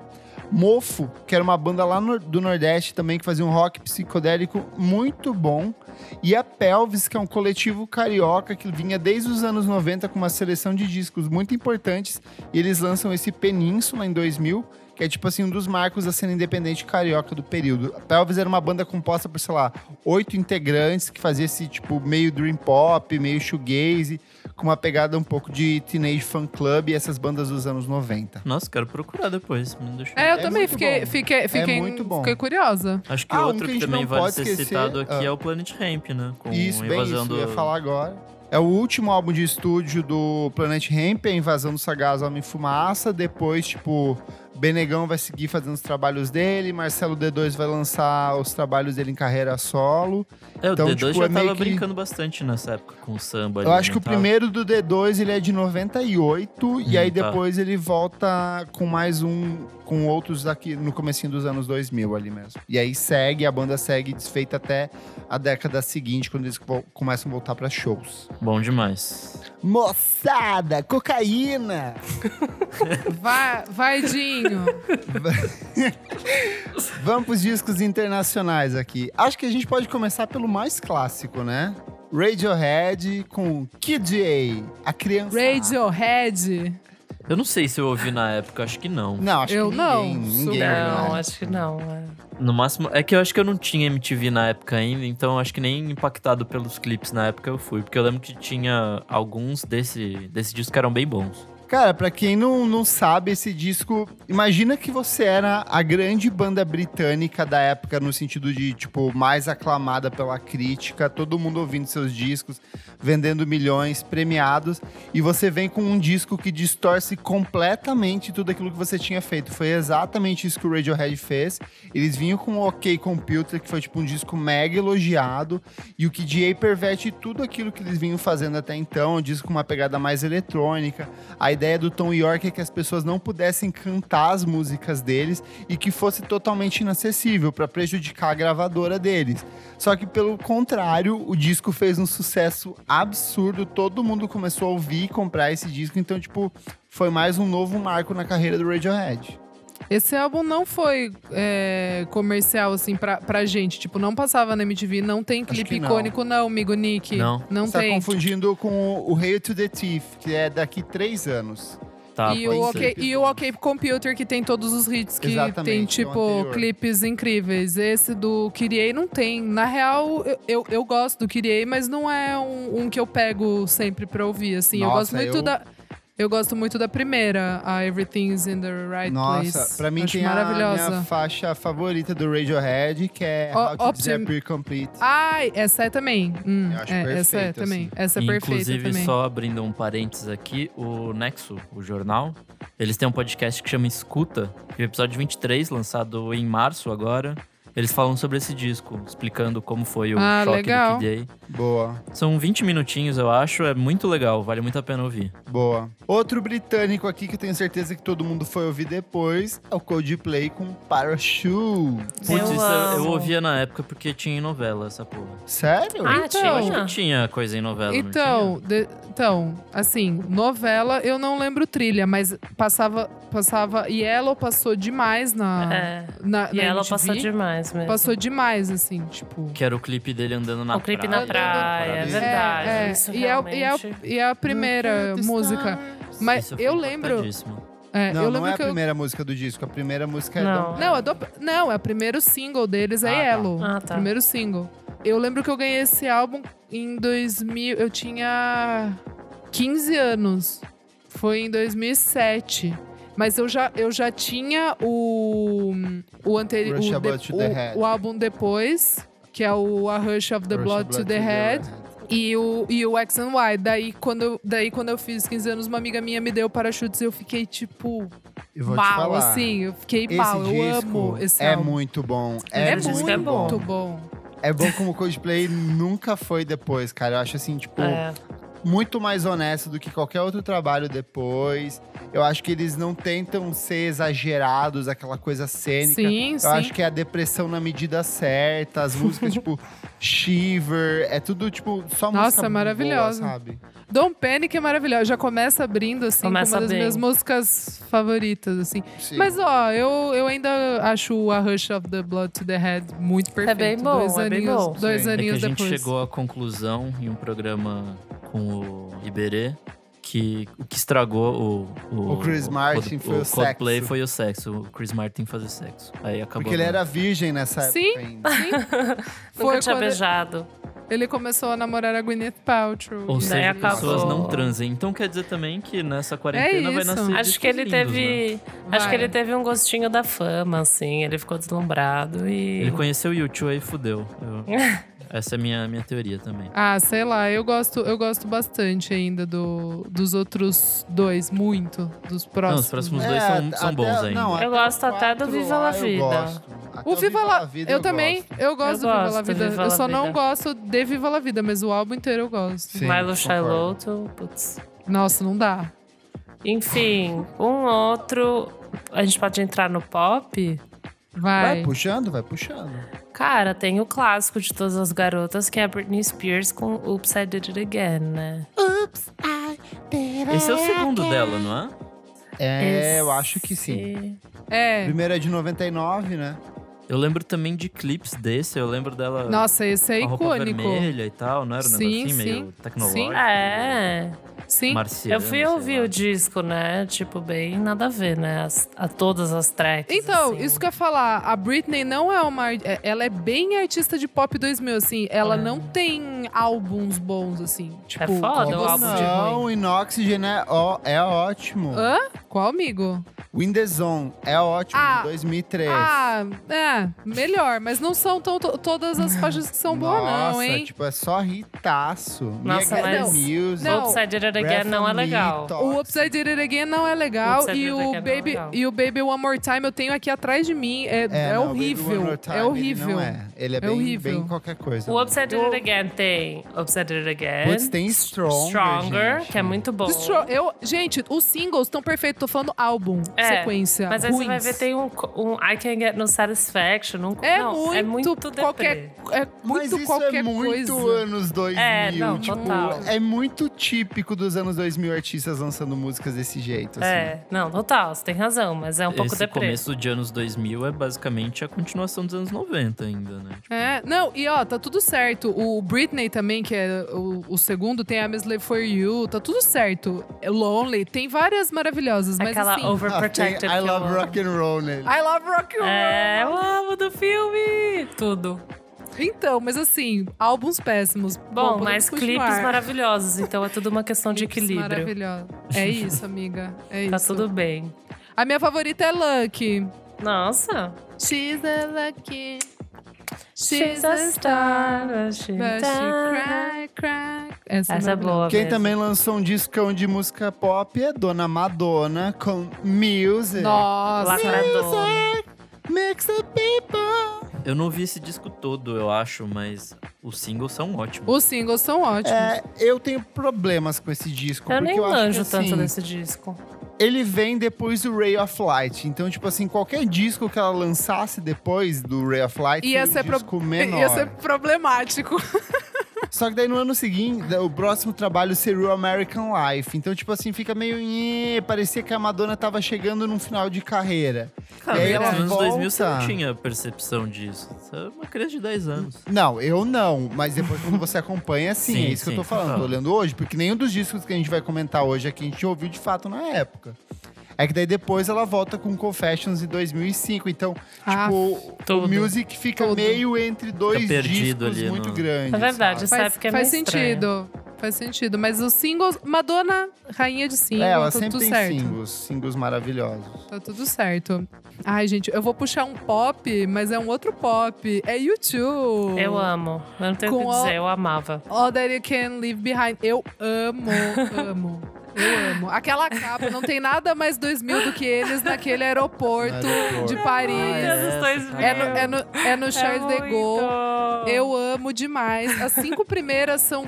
Mofo, que era uma banda lá no- do Nordeste também, que fazia um rock psicodélico muito bom. E a Pelvis, que é um coletivo carioca que vinha desde os anos 90 com uma seleção de discos muito importantes. E eles lançam esse Península em 2000, que é tipo assim um dos marcos da cena independente carioca do período. A Pelvis era uma banda composta por, sei lá, oito integrantes que fazia esse tipo meio dream pop, meio shoegaze, com uma pegada um pouco de teenage fan club e essas bandas dos anos 90.
Nossa, quero procurar depois. Me deixou.
É, eu
É
também
muito
fiquei,
bom.
fiquei, fiquei,
muito bom.
fiquei curiosa.
Acho que
Ah, um
outro
que a
que,
gente
também
não
vale
pode
ser
esquecer,
citado aqui
ah.
é o Planet Ramp, né? Com
Isso,
a
bem
invasão
isso, eu ia
do-
falar agora. É o último álbum de estúdio do Planet Hemp, a invasão do Sagaz Homem Fumaça. Depois, tipo, Benegão vai seguir fazendo os trabalhos dele, Marcelo D2 vai lançar os trabalhos dele em carreira solo.
É, o
Então,
D2
tipo,
já
é meio
tava
que-
brincando bastante nessa época com o samba.
Eu
ali, né, tá?
acho que
não
o
tava?
primeiro do D2 ele é de 98 e
Hum,
aí
tá.
depois ele volta com mais um, com outros daqui no comecinho dos anos 2000 ali mesmo. E aí segue, a banda segue desfeita até a década seguinte, quando eles vo- começam a voltar para shows.
Bom demais.
Moçada, cocaína!
Vai, vai Dinho.
Vamos pros discos internacionais aqui. Acho que a gente pode começar pelo mais clássico, né? Radiohead com Kid A, a criança.
Radiohead.
Eu não sei se eu ouvi na época, acho que não.
Não, acho
Eu
que
não,
ninguém,
super
ninguém
não,
né?
acho que não. é.
No máximo, é que eu acho que eu não tinha MTV na época ainda, então acho que nem impactado pelos clipes na época eu fui, porque eu lembro que tinha alguns desse, desse disco que eram bem bons.
Cara, pra quem não, não sabe, esse disco. Imagina que você era a grande banda britânica da época, no sentido de, tipo, mais aclamada pela crítica, todo mundo ouvindo seus discos, vendendo milhões, premiados, e você vem com um disco que distorce completamente tudo aquilo que você tinha feito. Foi exatamente isso que o Radiohead fez. Eles vinham com o OK Computer, que foi, tipo, um disco mega elogiado, e o KDA perverte tudo aquilo que eles vinham fazendo até então, um disco com uma pegada mais eletrônica. A ideia do Tom York é que as pessoas não pudessem cantar as músicas deles e que fosse totalmente inacessível para prejudicar a gravadora deles. Só que pelo contrário, o disco fez um sucesso absurdo, todo mundo começou a ouvir e comprar esse disco, então tipo, foi mais um novo marco na carreira do Radiohead.
Esse álbum não foi é, comercial, assim, pra, pra gente. Tipo, não passava na MTV, não tem
Acho
clipe
que não.
icônico, não, amigo Nick.
Não.
Não
Você tá
tem.
confundindo com o Hail to the Thief, que é daqui três anos.
Tá,
e,
pode
o
ser.
OK é e o OK Computer, que tem todos os hits, que
Exatamente,
tem,
o
tipo,
anterior.
clipes incríveis. Esse do Kyrie não tem. Na real, eu, eu, eu gosto do Kyrie, mas não é um, um que eu pego sempre pra ouvir, assim. eu
Nossa,
gosto muito
eu-
da. Eu gosto muito da primeira, a Everything's in the Right Place.
Nossa, pra mim
Acho
tem a
maravilhosa.
minha faixa favorita do Radiohead, que é
Ó,
How to
Optim-
Disappear Complete.
Ai, essa é também. Hum,
Eu acho
é, essa é
perfeito,
também.
assim.
Essa é
Inclusive,
perfeita também.
só abrindo um parênteses aqui, o Nexo, o jornal, eles têm um podcast que chama Escuta, e o episódio 23, lançado em março agora, eles falam sobre esse disco, explicando como foi o
Ah,
choque
legal.
do Kid
Boa.
A. São 20 minutinhos, eu acho, é muito legal, vale muito a pena ouvir.
Boa. Outro britânico aqui que eu tenho certeza que todo mundo foi ouvir depois é o Coldplay com Parachute.
Putz,
Eu
isso eu, eu
amo.
ouvia na época porque tinha em novela essa porra.
Sério?
Ah,
Então-
Eu acho
tinha?
que tinha coisa em novela, não
Então, de- então, assim, novela eu não lembro trilha, mas passava, passava Yellow passou demais na,
É.
na,
E
na
ela
MTV.
passou demais mesmo.
Passou demais, assim, tipo.
Que era o clipe dele andando na
o clipe
praia.
na praia, é
Parabéns.
verdade.
É, é,
Isso
e, é, o- e, é, o-
realmente-
e é a primeira música. Mas
Isso foi
eu lembro,
importantíssimo.
é,
Não,
eu
não
lembro
é a
que eu,
primeira música do disco. A primeira música
Não.
é
Não, é do, não, é o primeiro single deles,
Ah,
é
tá.
Yellow.
Ah, tá.
Primeiro single. Eu lembro que eu ganhei esse álbum em 2000. Eu tinha 15 anos. Foi em 2007. Mas eu já, eu já tinha o. O anterior.
Rush
O,
a
de-
Blood to the Head.
o, o álbum depois, que é o A Rush of the
Rush
Blood, to the Head.
Head.
E o, e o X and Y. Daí quando, eu, daí, quando eu fiz 15 anos, uma amiga minha me deu parachutes e eu fiquei tipo.
Eu vou te
mal,
falar.
assim. Eu fiquei
Esse
mal.
disco
Eu amo esse
é
álbum.
muito bom.
É
muito,
muito bom.
bom.
bom.
É bom como o Coldplay nunca foi depois, cara. Eu acho assim, tipo,
É.
muito mais honesto do que qualquer outro trabalho depois. Eu acho que eles não tentam ser exagerados, aquela coisa cênica.
Sim, sim.
Eu acho que é a depressão na medida certa, as músicas, tipo, Shiver, é tudo, tipo, só
Nossa,
música
maravilhosa.
boa, sabe?
Don't Panic é maravilhosa. Já começa abrindo, assim,
Começa
com uma das
bem.
minhas músicas favoritas, assim.
Sim.
Mas, ó, eu, eu ainda acho a Rush of the Blood to the Head muito perfeito.
bem bom,
dois
é bem
aninhos,
bom.
Dois
Sim. É
É que a
aninhos
gente
depois.
chegou à conclusão em um programa com o Iberê que o que estragou o...
O Chris Martin foi o
Coldplay
sexo.
foi o sexo. O Chris Martin fazia sexo. Aí acabou.
Porque ele
né?
era virgem nessa
Sim.
época ainda.
Foi
Nunca tinha
quando-
beijado.
Ele começou a namorar a Gwyneth Paltrow.
Ou
E-
Daí
seja,
acabou. É
pessoas não transem. Então quer dizer também que nessa quarentena vai
isso. é
nascer
Acho que ele
discos lindos, né?
teve. Acho
Vai.
que ele teve um gostinho da fama, assim. Ele ficou deslumbrado e.
Ele conheceu o YouTube e fudeu. Eu- Essa é a minha, minha teoria também.
Ah, sei lá, eu gosto, eu gosto bastante ainda do, dos outros dois, muito. Dos próximos.
Não, os próximos dois são, são
É, até-
bons ainda.
não,
Eu
o
gosto até do
quatro
Viva
lá
La
eu
Vida.
gosto. Até
O Viva La
Vida
Eu, também.
gosto.
Eu gosto
Eu
do Viva
gosto
La
do
Vida.
Viva
eu
La
só não
Vida.
gosto de Viva La Vida, mas o álbum inteiro eu gosto.
Sim,
Milo
concordo.
Shiloto, putz.
Nossa, não dá.
Enfim, um outro. A gente pode entrar no pop?
Vai
Vai.
puxando, vai puxando.
Cara, tem o clássico de todas as garotas, que é a Britney Spears com Oops, I Did It Again, né?
Esse é o segundo dela, não é?
É, eu acho que sim.
É.
Primeiro é de 99, né?
Eu lembro também de clipes desse. Eu lembro dela
Nossa, esse é
com a roupa
icônico.
vermelha e tal. Não era um
Sim,
negocinho
sim.
meio tecnológico?
É.
Sim.
Marciano.
Eu fui
sei
ouvir
lá.
o disco, né? Tipo, bem nada a ver, né? As- a todas as tracks.
Então,
assim.
isso que eu ia falar, a Britney não é uma. ar- é- Ela é bem artista de pop 2000, assim.
Ah.
Ela não tem álbuns bons, assim. Tipo,
É foda
como
o álbum
você-
de
Não, o Inoxygen é, ó- é ótimo.
Hã? Qual amigo?
Wind the Zone é ótimo,
Ah.
2003.
Ah, é, melhor. Mas não são tão, to- todas as faixas que são boas, não,
Nossa,
hein?
tipo, é só ritaço.
Nossa,
Mega
mas-
Music.
não.
Upside It
Breath
Again não é
on Me,
legal.
Toxic.
O Upside Did It Again não é legal.
Upside
E
Did It
o,
Again não é
Baby,
legal.
e o Baby One More Time eu tenho aqui atrás de mim. É, é
não, Baby One
horrível.
More Time,
é
Ele,
horrível.
não é. ele é, bem,
horrível.
bem qualquer coisa.
O Upside It Again tem Upside It Again.
Putz, tem Stronger,
Stronger,
gente.
que é muito bom.
Destro- Eu, gente, os singles estão perfeitos. Tô falando álbum,
É,
sequência.
Mas aí
ruins.
você vai ver, tem um, co- um I Can Get No Satisfaction. Um,
É,
não,
muito
é muito deprê.
qualquer, é
Mas
muito
isso
qualquer
é muito
coisa.
anos 2000.
É, não,
tipo,
total.
é muito típico dos anos 2000 artistas lançando músicas desse jeito. Assim.
É, não, total, você tem razão, mas é um pouco
Esse
deprê.
começo de anos 2000 é basicamente a continuação dos anos 90 ainda, né? Tipo,
É, não, e ó, tá tudo certo. O Britney também, que é o, o segundo, tem I'm a Slave For You, tá tudo certo. É Lonely, tem várias maravilhosas, mas
Aquela
assim...
Ah, tem
Overprotected.
I
que eu
Love
amo.
Rock and Roll nele.
I love rock and roll.
É, eu amo do filme! Tudo.
Então, mas assim, álbuns péssimos.
Bom,
podemos
mas clipes
continuar.
maravilhosos, então é tudo uma questão de
Clipes
equilíbrio.
maravilhosos. É isso, amiga. É
Tá
isso.
tudo bem.
A minha favorita é Lucky.
Nossa!
She's a lucky.
She's a star, she's
But she
a
cry, cry.
Essa
Essa,
é
maravilhosa.
boa.
Quem
mesmo.
também lançou um discão de música pop é Dona Madonna com Music.
Nossa.
Lacradona.
Mix the people.
eu não ouvi esse disco todo, eu acho, mas os singles são ótimos.
Os singles são ótimos.
É, eu tenho problemas com esse disco.
Eu
porque
nem
eu
manjo
acho que, assim,
tanto desse disco.
ele vem depois do Ray of Light. Então, tipo assim, qualquer disco que ela lançasse depois do Ray of Light
Ia
seria
ser
um
pro-
disco menor.
Ia ser problemático.
Só que daí no ano seguinte, o próximo trabalho seria o American Life. Então, tipo assim, fica meio. "Nhê", Parecia que a Madonna tava chegando num final de carreira.
Cara,
e aí
nos
ela
anos
volta.
2000 você não tinha percepção disso. Você é uma criança de 10 anos.
Não, eu não, mas depois quando você acompanha, sim,
Sim,
é isso que eu
sim.
tô falando. Tô olhando hoje, porque nenhum dos discos que a gente vai comentar hoje aqui a gente ouviu de fato na época. É que daí depois ela volta com Confessions em 2005. Então,
Ah,
tipo, o
tudo.
music fica
Tudo.
meio entre dois
perdido
discos
ali
muito
no-
grandes.
É verdade,
sabe?
essa época é
faz
meio estranha.
sentido. Faz sentido. Mas os singles. Madonna, rainha de singles.
É, ela
tá
sempre
tudo
tem
certo.
singles, singles maravilhosos.
Tá tudo certo. Ai, gente, eu vou puxar um pop, mas é um outro pop. É YouTube.
Eu amo. Eu não tenho o
Com
que
a-
dizer, eu amava.
All That You Can Leave Behind. Eu amo, amo. Eu amo. Aquela capa, não tem nada mais 2000 do que eles naquele aeroporto
Aeroporto.
de
Ai,
Paris.
anos
essa,
2000.
cara.
É no, é no, é no Charles de Gaulle. Eu amo demais. As cinco primeiras são.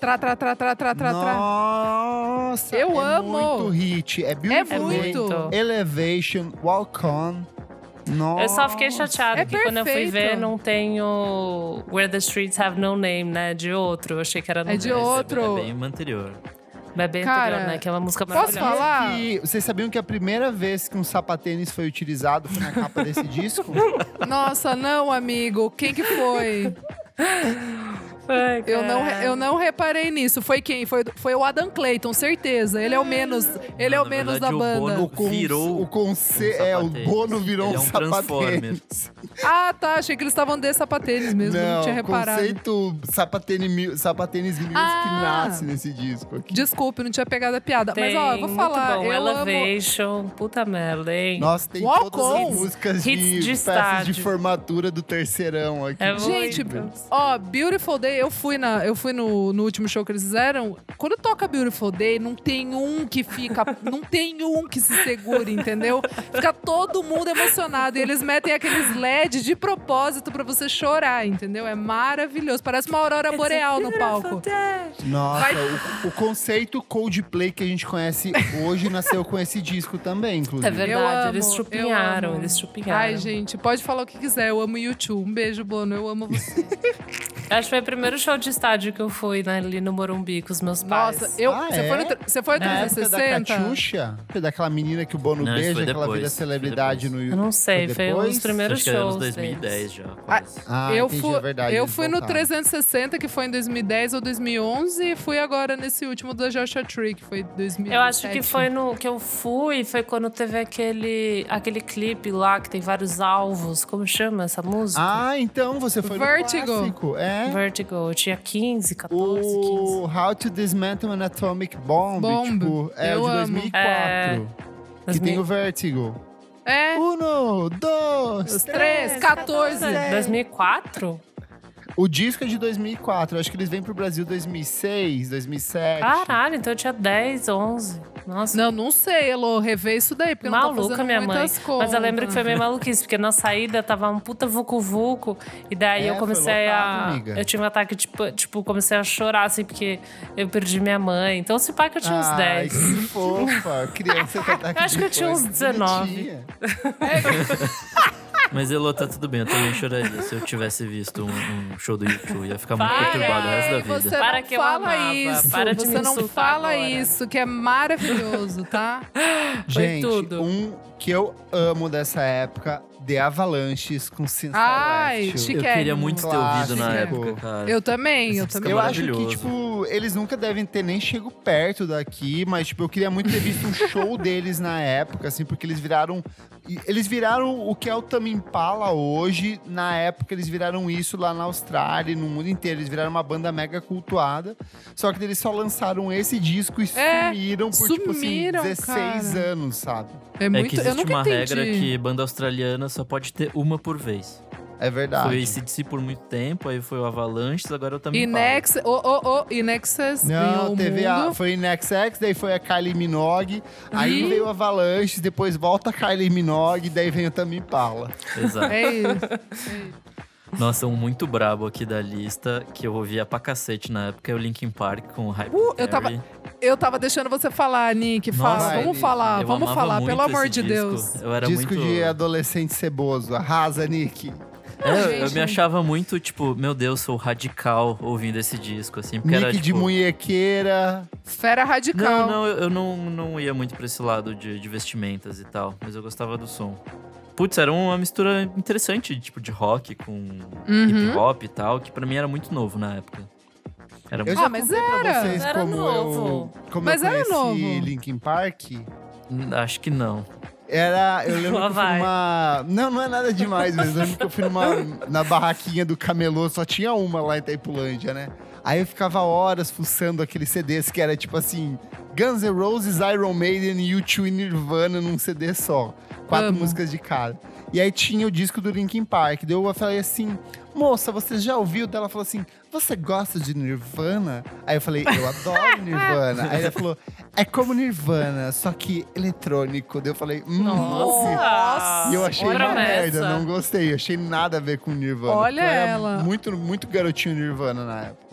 Tra, tra, tra, tra, tra, tra, tra.
Nossa,
Eu
é
amo.
muito hit. É Beautiful
É
Day,
muito.
Elevation, Walk On. Nossa.
Eu só fiquei chateada
É
que quando eu fui
perfeito.
ver não tem o Where the Streets Have No Name, né? De outro. Eu achei que era no
É de
Mas
outro.
outro.
É bem uma anterior.
Mas bem
Cara,
anterior, né? Que é uma música
posso
maravilhosa.
falar?
E vocês sabiam que a primeira vez que um sapatênis foi utilizado foi na capa desse disco?
Nossa, não, amigo. Quem que foi?
Ai,
Eu não,
cara.
eu não reparei nisso. Foi quem? Foi, foi o Adam Clayton, certeza. Ele é o menos, ele é o
Na
menos da
verdade, o
banda.
Bono-
O con-
Virou
o conce...
um
é o
sapatênis.
Bono virou
Ele é um
sapatênis.
Transformer.
Ah, tá. Achei que eles estavam de sapatênis mesmo. Não,
Não,
tinha reparado.
conceito sapatênis, mil- sapatênis music
Ah!
nasce nesse disco. aqui.
Desculpe, não tinha pegado a piada.
Tem,
Mas ó, eu vou falar.
Muito bom.
eu amo...
Elevation, puta merda, hein?
Nossa, tem
Walk
todas
On.
as músicas
Hits de
de, peças
estádio.
de formatura do terceirão aqui.
É muito.
Gente, ó, Beautiful Day, eu fui, na, eu fui no, no último show que eles fizeram. Quando toca Beautiful Day, não tem um que fica. não tem um que se segure, entendeu? Fica todo mundo emocionado. E eles metem aqueles LEDs de propósito pra você chorar, entendeu? É maravilhoso. Parece uma aurora boreal no palco.
É
Nossa, o, o conceito Coldplay que a gente conhece hoje nasceu com esse disco também,
É
inclusive.
verdade,
amo,
eles
eu
chupinharam,
amo.
eles chupinharam.
Ai, gente, pode falar o que quiser. Eu amo YouTube. Um beijo, Bono. Eu amo você.
Acho que foi o primeiro show de estádio que eu fui né, ali no Morumbi com os meus pais.
Nossa, eu,
Ah,
você,
é?
foi no, tr- você foi no
Na época da
360?
Cachucha, daquela menina que o Bono
Não, isso
beija,
foi
que ela
depois,
vira
isso foi
celebridade no
depois.
eu
YouTube.
não sei, foi um dos
depois?
Acho
primeiros
que era
shows.
nos 2010
deles.
já, quase.
Ah,
eu
entendi,
fui,
é verdade,
eu
eles
fui no
voltaram.
360, que foi em 2010 ou 2011, e fui agora nesse último da Joshua Tree, que foi 2010.
Eu acho que foi no que eu fui, foi quando teve aquele, aquele clipe lá que tem vários alvos. Como chama essa música?
Ah, então você foi
Vertigo.
no clássico. É.
Vertigo. Eu tinha 15, 14, 15.
O How to Dismantle an Atomic Bomb,
Bomb.
tipo, é
Eu
o de
amo.
2004. Que
É. 2000.
tem o Vertigo.
É,
Uno, dois,
os três, 14.
2004?
O disco é de 2004. Acho que eles vêm pro Brasil 2006,
É.
2007.
Caralho, então eu tinha 10, 11. Nossa,
Não, não sei, Elô, rever isso daí, porque eu não tô
Maluca
fazendo
minha mãe.
muitas contas.
Mas eu lembro que foi meio maluquice, porque na saída tava um puta vucu-vucu. E daí
É,
eu
foi
comecei
lotado,
a.
amiga.
Eu tive um ataque, tipo, tipo, comecei a chorar, assim, porque eu perdi minha mãe. Então, se pá que eu tinha uns
Ai,
10.
que fofa. Criança que ataque
Eu acho
de
que eu tinha
coisa.
uns 19.
Bonitinha.
Mas Elô, tá tudo bem, eu também choraria se eu tivesse visto um, um show do YouTube. Ia ficar muito
Para,
perturbado o resto da
Ei,
vida.
você
Para
não
que eu
fala
amava,
isso,
para de
você
me
não
insultar
fala
agora.
isso, que é maravilhoso, tá?
Foi
Gente,
tudo.
um que eu amo dessa época, The Avalanches com Sincero
Ai,
Action.
chique.
Eu queria muito ter ouvido na
Clássico.
época, cara. É
Eu também, eu
Esse
também.
Eu acho que,
Maravilhoso.
tipo, eles nunca devem ter nem chego perto daqui, mas, tipo, eu queria muito ter visto um show deles na época, assim, porque eles viraram. e- Eles viraram o que é o Tame Impala hoje. Na época, eles viraram isso lá na Austrália e no mundo inteiro. Eles viraram uma banda mega cultuada. Só que eles só lançaram esse disco e
É,
sumiram por,
sumiram,
tipo assim, 16
cara.
anos, sabe?
É
É
muito,
que
eu
existe
nunca
uma
entendi.
regra que banda australiana só pode ter uma por vez.
É verdade.
Foi ACDC por muito tempo, aí foi o Avalanche, agora eu também
Inex, oh, oh, oh, Inexus ganhou
Não,
o
teve a,
um mundo.
foi Next X, daí foi a Kylie Minogue, aí
Ih.
veio a Avalanche, depois volta a Kylie Minogue, daí vem o Tame Impala.
Exato.
É isso.
Nossa, um muito brabo aqui da lista, que eu ouvia pra cacete na época, é o Linkin Park com o Hype
Uh, eu tava- Eu tava deixando você falar, Nick. Fala.
Nossa,
vamos
Nick,
falar, vamos falar, pelo amor de Deus.
Eu era
Disco
muito...
de adolescente ceboso, arrasa, Nick.
É, eu- eu
Gente.
me achava muito, tipo, meu Deus, sou radical ouvindo esse disco, assim. Porque
Nick
era, tipo,
de munhequeira.
Fera radical.
Não, não, eu eu não, não ia muito pra esse lado de, de vestimentas e tal, mas eu gostava do som. Putz, era uma mistura interessante, tipo, de rock com
Uhum.
hip hop e tal, que pra mim era muito novo na época. Era
Eu
muito...
já
Ah, mas
contei pra
era.
vocês
Era
como
novo.
eu, como
Mas
eu
era
conheci
novo.
Linkin Park.
hum, Acho que não.
Era, eu lembro
Lá
que eu fui
vai.
numa... Não, não é nada demais, mas eu lembro que eu fui numa... Na barraquinha do camelô, só tinha uma lá em Itaipulândia, né? Aí eu ficava horas fuçando aqueles CDs que era tipo assim... Guns N' Roses, Iron Maiden, U2 e Nirvana num CD só. Quatro
Amo.
músicas de cada. E aí tinha o disco do Linkin Park. Daí eu falei assim... Moça, você já ouviu? Daí Ela falou assim: Você gosta de Nirvana? Aí eu falei: Eu adoro Nirvana. Aí ela falou: É como Nirvana, só que eletrônico. Daí eu falei: hum,
Nossa!
E eu achei uma
promessa.
merda, não gostei. Achei nada a ver com Nirvana.
Olha
porque eu era
ela.
Muito, muito garotinho Nirvana na época.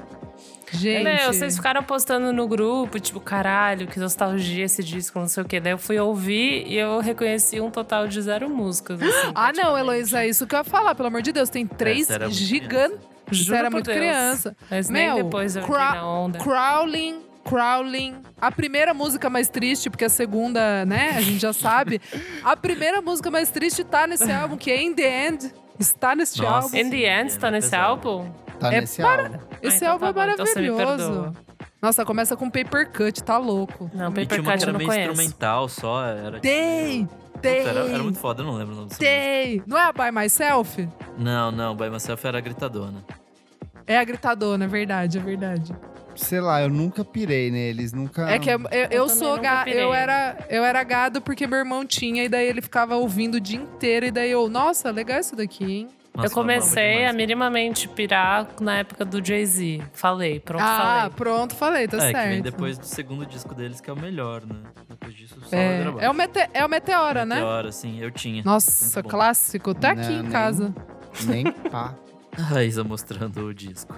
Gente.
Meu, vocês ficaram postando no grupo, tipo, caralho, que nostalgia esse disco, não sei o quê. Daí eu fui ouvir e eu reconheci um total de zero músicas. assim,
Ah, não,
praticamente.
Heloísa, é isso que eu ia falar, pelo amor de Deus. Tem três
Essa era muito
gigantes. Você
Juro
era
por
muito
Deus.
criança.
Mas
Meu,
nem depois eu entrei
cra-
na onda.
Crawling, Crawling. A primeira música mais triste, porque a segunda, né, a gente já sabe. A primeira música mais triste tá nesse álbum, que é In The End. Está nesse
Nossa.
álbum.
In the End,
Sim,
tá
é
nesse
pesado.
álbum?
Tá
É
nesse álbum.
Esse
Ah, então
álbum
tá bom,
é
então você me
maravilhoso.
perdoa.
Nossa, começa com Paper Cut, tá louco.
Não,
E tinha
Paper
uma que
Cut
era
eu não
meio
conheço.
instrumental só, era... tipo,
Tem,
meio-
tem,
Puta, Era, era muito foda, eu não lembro o nome dessa
tem. Não é a By Myself?
música. Não, não, By Myself era gritadona.
É a gritadona, é verdade, é verdade.
Sei lá, eu nunca pirei neles, nunca.
É que eu, eu, eu
também
sou
nunca
ga,
pirei.
eu era eu era gado porque meu irmão tinha e daí ele ficava ouvindo o dia inteiro e daí eu, nossa, legal isso daqui, hein?
Nossa,
eu comecei
amava
a
demais.
minimamente pirar na época do Jay-Z. Falei, pronto,
ah,
falei.
pronto, falei, tá
É,
certo.
que vem depois do segundo disco deles, que é o melhor, né? Depois disso, só
é,
ladeira abaixo.
é o mete, é o meteora, né?
Meteora, sim, assim, eu tinha.
Nossa,
Muito bom.
clássico, tá aqui
Não,
em
nem-
casa.
Nem pá.
A Raíssa mostrando o disco.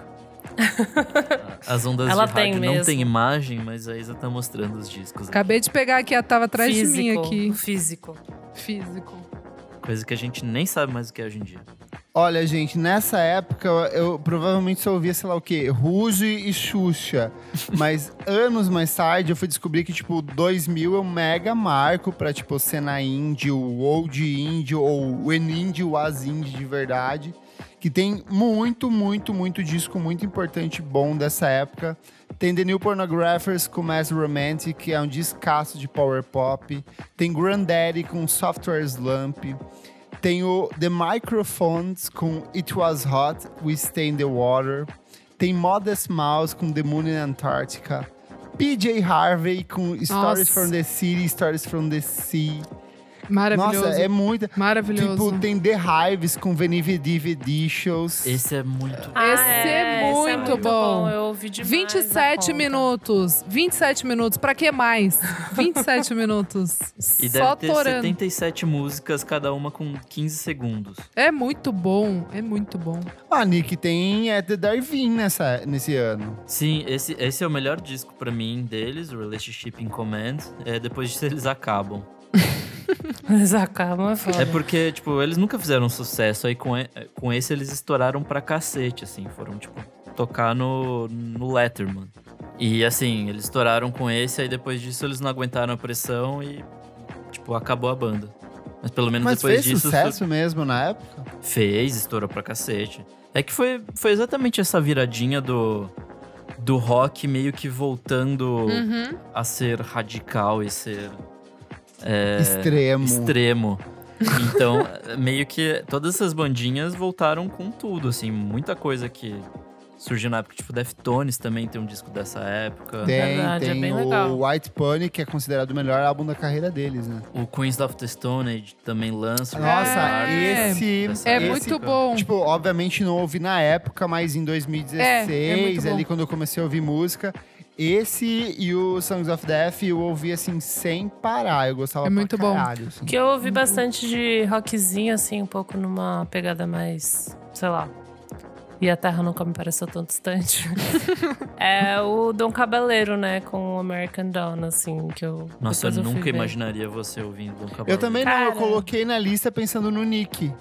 As ondas
Ela
de
tem
rádio não
mesmo.
tem imagem, mas a Isa tá mostrando os discos. aqui.
Acabei de pegar aqui, ela tava atrás
físico,
de mim aqui.
Físico.
Físico.
Coisa que a gente nem sabe mais o que é hoje em dia.
Olha, gente, nessa época eu provavelmente só ouvia, sei lá o quê, Ruge e Xuxa. Mas anos mais tarde eu fui descobrir que, tipo, 2000 é um mega marco pra, tipo, cena indie, o old indie, ou o en indie, o as indie de verdade. Que tem muito, muito, muito disco muito importante bom dessa época. Tem The New Pornographers com Mass Romantic, que é um descasso de power pop. Tem Grandaddy com Software Slump. Tem o The Microphones com It Was Hot, We Stay in the Water. Tem Modest Mouse com The Moon in Antarctica. PJ Harvey com Stories
Nossa.
from the City, Stories from the Sea.
Maravilhoso.
Nossa, é muita.
Maravilhoso.
Tipo, tem The Hives com Venividive Editions.
Esse é muito.
Ah,
Esse é muito bom.
Eu ouvi demais. a
27
conta.
minutos. 27 minutos. Pra que mais? 27 minutos.
E deve
Só
ter
torando.
77 músicas, cada uma com 15 segundos.
É muito bom. É muito bom.
Ah, Nick, tem é, The Darwin nessa, nesse ano.
Sim, esse, esse é o melhor disco pra mim deles, o Relationship in Command, é depois de eles acabam.
Mas a calma é foda.
É porque, tipo, eles nunca fizeram sucesso, aí com, e- com esse eles estouraram pra cacete, assim, foram, tipo, tocar no, no Letterman. E, assim, eles estouraram com esse, aí depois disso eles não aguentaram a pressão e, tipo, acabou a banda. Mas pelo menos
Mas
depois
fez
disso...
sucesso mesmo na época?
Fez, estourou pra cacete. É que foi, foi exatamente essa viradinha do, do rock meio que voltando
Uhum.
a ser radical e ser
Extremo.
É, extremo. Então, meio que todas essas bandinhas voltaram com tudo, assim, muita coisa que surgiu na época, tipo Deftones também tem um disco dessa época.
Tem,
Verdade, é
tem
bem
o
legal.
White Panic, que é considerado o melhor álbum da carreira deles, né?
O Queens of the Stone Age também lança.
Nossa,
É.
Ah, esse.
Tipo, Dessa
É
esse-
muito bom.
Tipo, obviamente não ouvi na época, mas em 2016,
É, é muito bom.
ali quando eu comecei a ouvir música, esse e o Songs of Death eu ouvi assim sem parar. Eu gostava
É muito
pra
bom.
caralho. assim.
Que eu ouvi bastante de rockzinho, assim, um pouco numa pegada mais, sei lá. E a Terra nunca me pareceu tão distante. é o Dom Cabaleiro, né? Com o American Dawn, assim, que eu.
Nossa,
depois
eu
fui
nunca
ver.
imaginaria você ouvindo um Don Cabral.
Eu também não, eu
Cara.
coloquei na lista pensando no Nick.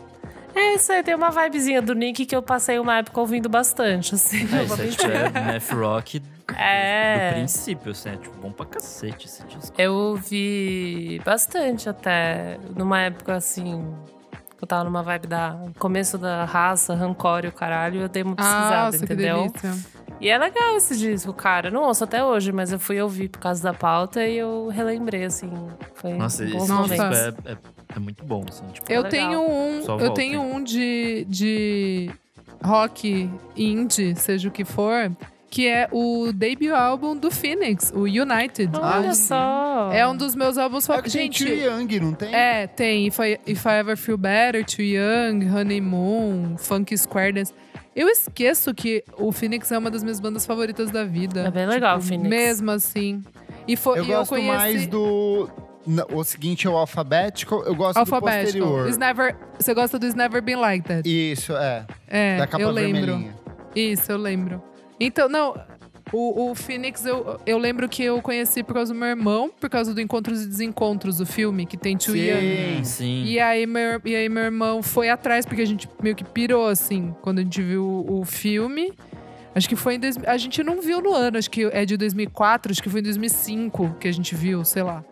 É isso aí, tem uma vibezinha do Nick que eu passei uma época ouvindo bastante, assim.
É,
não vou
isso é, tipo,
mentir.
é math rock do
É.
princípio, assim, é, tipo, bom pra cacete esse disco.
Eu ouvi bastante até, numa época assim, que eu tava numa vibe da começo da raça, rancor e o caralho, eu dei uma pesquisada,
Nossa, Ah, que
entendeu?
delícia.
E é legal esse disco, cara. Eu Não ouço até hoje, mas eu fui ouvir por causa da pauta e eu relembrei, assim. Foi
Nossa,
um
esse
bom
disco
momentos.
é, é, é muito bom, assim, tipo,
Eu
Legal.
tenho um,
Só
eu
volta,
tenho
hein?
um de, de rock indie, seja o que for, que é o debut álbum do Phoenix, o United.
Olha
Ah,
só.
É um dos meus álbuns
Só que
favoritos.
gente, o Young, não tem?
É, tem If I, If I Ever Feel Better, Too Young, Honeymoon, Funky Square Dance. Eu esqueço que o Phoenix é uma das minhas bandas favoritas da vida. Tipo,
É bem legal, Phoenix.
Mesmo assim. E foi,
eu
e
gosto
eu conheci
mais do. na- O seguinte é o alfabético, eu gosto do
Alfabético.
posterior.
It's never- Você gosta do It's Never Been Like That?
Isso, é.
é,
da capa
eu lembro.
vermelhinha.
Isso, eu lembro. Então, não, o, o Phoenix, eu, eu lembro que eu conheci por causa do meu irmão, por causa do Encontros e Desencontros, do filme, que tem Too Young.
Sim.
Sim.
E aí, meu, e aí meu irmão foi atrás, porque a gente meio que pirou, assim, quando a gente viu o, o filme. Acho que foi em... dois- a gente não viu no ano, acho que é de 2004, acho que foi em 2005 que a gente viu, sei lá.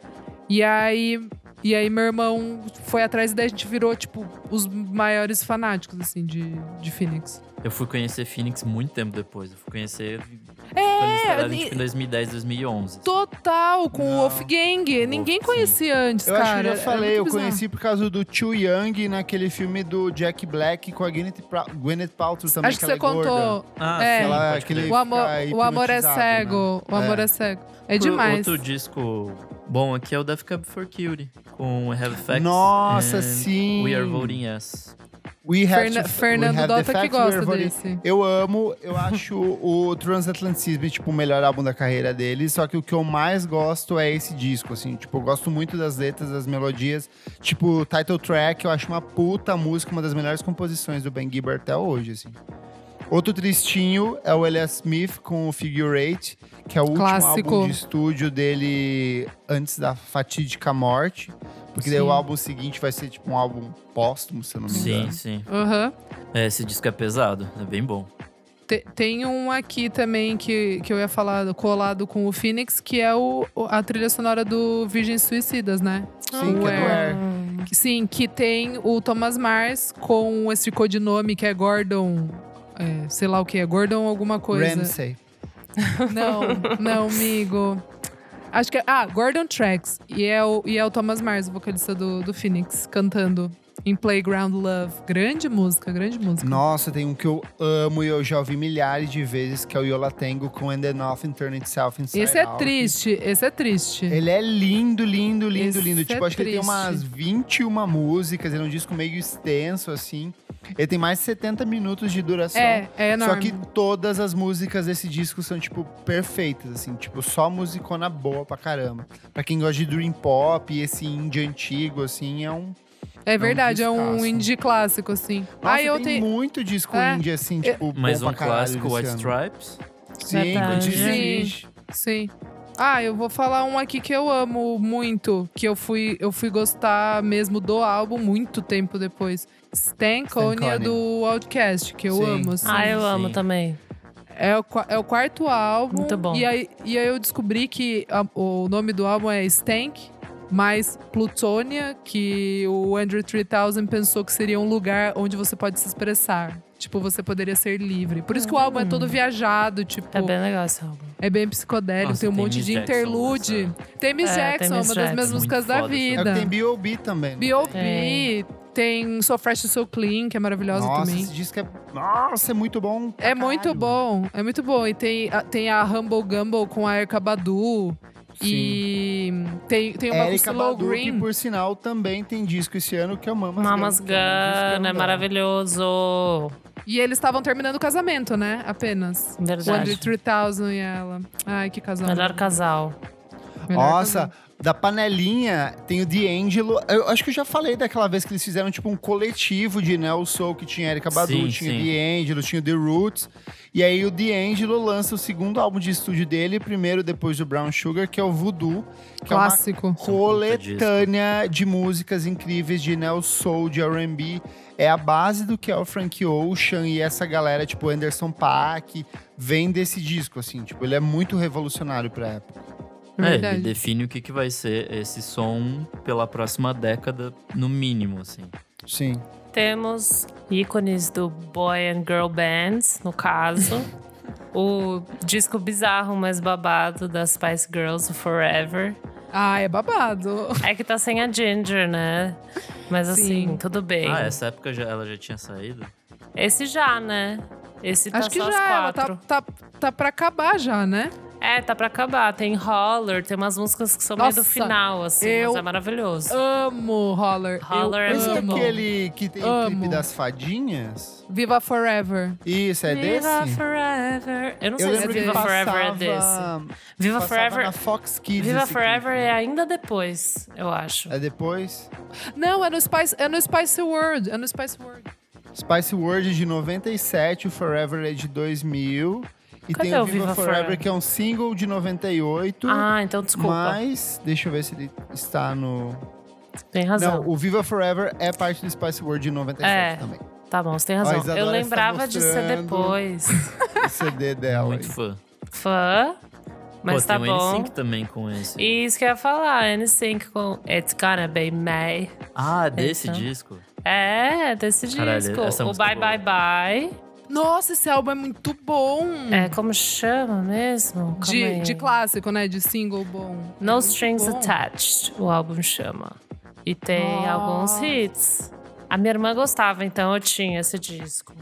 E aí, e aí meu irmão foi atrás e daí a gente virou, tipo, os maiores fanáticos, assim, de, de Phoenix.
Eu fui conhecer Phoenix muito tempo depois. Eu fui conhecer quando eles
É,
estouraram, tipo, em 2010, 2011.
total com
Não.
o Wolf Gang. Ninguém
Wolfgang.
conhecia antes,
Eu acho que
cara.
eu já falei,
Era
eu
muito bizarro.
conheci por causa do Tio Young naquele filme do Jack Black com a Gwyneth, Pra- Gwyneth Paltrow também.
Acho que
ela
você
é gorda.
contou.
Ah,
É.
sim,
Ela-
pode
aquele-
crer.
O amor,
fica
o amor é
hipnotizado,
cego. O amor
É.
é. cego. É
Outro-
demais.
Outro disco bom aqui é o Death Cab for Cutie, com We Have Facts.
Nossa,
and
sim.
We Are Voting Yes.
We have
Ferna-
to- we
Fernando
have the
Dota que
facts, we are
gosta
voting.
desse.
Eu amo, eu acho o Transatlanticism, tipo, o melhor álbum da carreira dele. Só que o que eu mais gosto é esse disco, assim. Tipo, eu gosto muito das letras, das melodias. Tipo, o title track, eu acho uma puta música, uma das melhores composições do Ben Gibbard até hoje, assim. Outro tristinho é o Elias Smith com o Figure Eight, que é o último
Clássico.
álbum de estúdio dele antes da fatídica morte. Porque daí o
Sim.
álbum seguinte vai ser tipo um álbum póstumo, se eu não me engano.
Sim, sim.
Aham.
É, esse disco é pesado, é bem bom.
Te- Tem um aqui também que, que eu ia falar colado com o Phoenix, que é o, o- a trilha sonora do Virgens Suicidas, né?
Sim, que é do
Ué.
Air.
Que- Sim, que tem o Thomas Mars com esse codinome que é Gordon. é, sei lá o que é, Gordon alguma coisa.
Ramsey.
Não, não, amigo. Acho que é. Ah, Gordon Tracks. E é o, e é o Thomas Mars, o vocalista do, do Phoenix, cantando em Playground Love. Grande música, grande música.
Nossa, tem um que eu amo e eu já ouvi milhares de vezes, que é o Yola Tango com And Then Nothing Turn Itself Inside
Esse é
Out.
triste, esse é triste.
Ele é lindo, lindo, lindo,
Esse
lindo. Tipo,
é
acho que ele tem
triste.
umas 21 músicas, ele é um disco meio extenso, assim. Ele tem mais de 70 minutos de duração.
É, é enorme.
Só que todas as músicas desse disco são, tipo, perfeitas, assim. Tipo, só musicona boa pra caramba. Pra quem gosta de Dream Pop, esse indie antigo, assim, é um...
É verdade, é um
discaço.
indie clássico, assim.
Nossa,
ah, eu
tem
tenho.
muito disco
É.
indie, assim,
É.
tipo,
Mais
bom
um
pra caralho
clássico,
desse
White
ano.
Stripes. é
Sim,
Verdade.
Sim.
Sim. Sim. Ah, eu vou falar um aqui que eu amo muito, que eu fui, eu fui gostar mesmo do álbum muito tempo depois. Stan Conia
Conia.
do Outcast, que eu
Sim.
amo, assim.
Ah, eu
Sim,
amo
sim.
também.
É o, qua- é o quarto álbum.
Muito bom.
E aí, e aí eu descobri que a- o nome do álbum é Stank, mais Plutônia, que o Andrew 3000 pensou que seria um lugar onde você pode se expressar. Tipo, você poderia ser livre. Por isso que o álbum é todo viajado, tipo,
Hum. É bem legal esse álbum.
é bem psicodélico,
Nossa,
tem um
tem
monte
Miss
de
Jackson né?
interlude. Tem Miss
É, tem
Jackson,
Miss
uma das
Jackson.
minhas
Muito
músicas da
foda essa
É o
vida.
que tem B.O.B. também. né?
B.O.B., tem So Fresh So Clean, que é maravilhosa
Nossa,
também.
esse disco é... Nossa, é muito bom. pra
É muito
caralho.
bom, é muito bom. E tem a, tem a Humble Gumble com a Erika Badu. E tem, tem uma
Erika
com o Slow
Badu, que
Green.
por sinal também tem disco esse ano que é o Mamas,
Mamas
Gun, que é um disco que eu
Gun,
né?
não
é
dou.
maravilhoso.
E eles estavam terminando o casamento, né? Apenas. O Andrew
Verdade.
3000 e ela. Ai, que casal.
Melhor casal.
Melhor
Nossa,
casal.
da panelinha tem o The Angelo. Eu acho que eu já falei daquela vez que eles fizeram tipo um coletivo de Neo Soul que tinha Erika Badu,
Sim,
tinha
sim.
The Angelo, tinha The Roots. E aí o The Angelo lança o segundo álbum de estúdio dele, primeiro depois do Brown Sugar, que é o Voodoo, que é uma
Clássico.
coletânea de músicas incríveis de Neo Soul, de R&B. É a base do que é o Frank Ocean e essa galera, tipo Anderson Paak, vem desse disco, assim. Tipo, ele é muito revolucionário pra época.
É,
Verdade.
ele define o que, que vai ser esse som pela próxima década, no mínimo, assim.
Sim.
Temos ícones do Boy and Girl Bands, no caso. o disco bizarro, mas babado das Spice Girls, o Forever.
Ai, é babado.
É que tá sem a Ginger, né? Mas assim,
Sim.
tudo bem.
Ah, essa época já, ela já tinha saído?
Esse já, né? Esse tá
Acho que
só
já ela
as
tá,
quatro.
tá, tá pra acabar já, né?
É, tá pra acabar. Tem Holler, tem umas músicas que são meio do
Nossa,
final, assim.
eu
Mas é maravilhoso.
Amo Holler.
Holler é
Eu
Esse é
amo.
aquele que tem o clipe
Amo.
das fadinhas?
Viva Forever.
Isso, é
Viva
desse?
Forever. Eu não sei se
lembro que
Viva Forever é desse. Viva
passava
Forever.
na Fox Kids.
Viva
esse
Forever
clipe.
é ainda depois, eu acho.
É depois?
Não, é no Spice, é no Spice World. É no Spice World.
Spice World é de 97, o Forever é de 2000. E
Cadê
tem o
o
Viva,
Viva
Forever,
Forever?
que é um single de 98.
Ah, então desculpa.
Mas, deixa eu ver se ele está no.
Tem razão.
Não, o Viva Forever é parte do Spice World de 97
É.
também.
Tá bom, você tem
Ó, a
razão.
Isadora
eu
está
lembrava de ser
mostrando.
depois.
O CD dela.
Muito
aí.
fã.
Fã, mas
Pô,
tá
tem o
bom.
NSYNC também com esse.
E isso que eu ia falar, N5 com It's Gonna Be May.
Ah, desse
Então.
disco?
É, desse
Caralho, essa
disco. O
música é
Bye
boa.
Bye Bye.
Nossa, esse álbum é muito bom.
É, como chama mesmo? Calma
De,
aí.
de clássico, né? De single bom.
No Strings
bom.
Attached, o álbum chama. E tem
Nossa.
alguns hits. A minha irmã gostava, então eu tinha esse disco.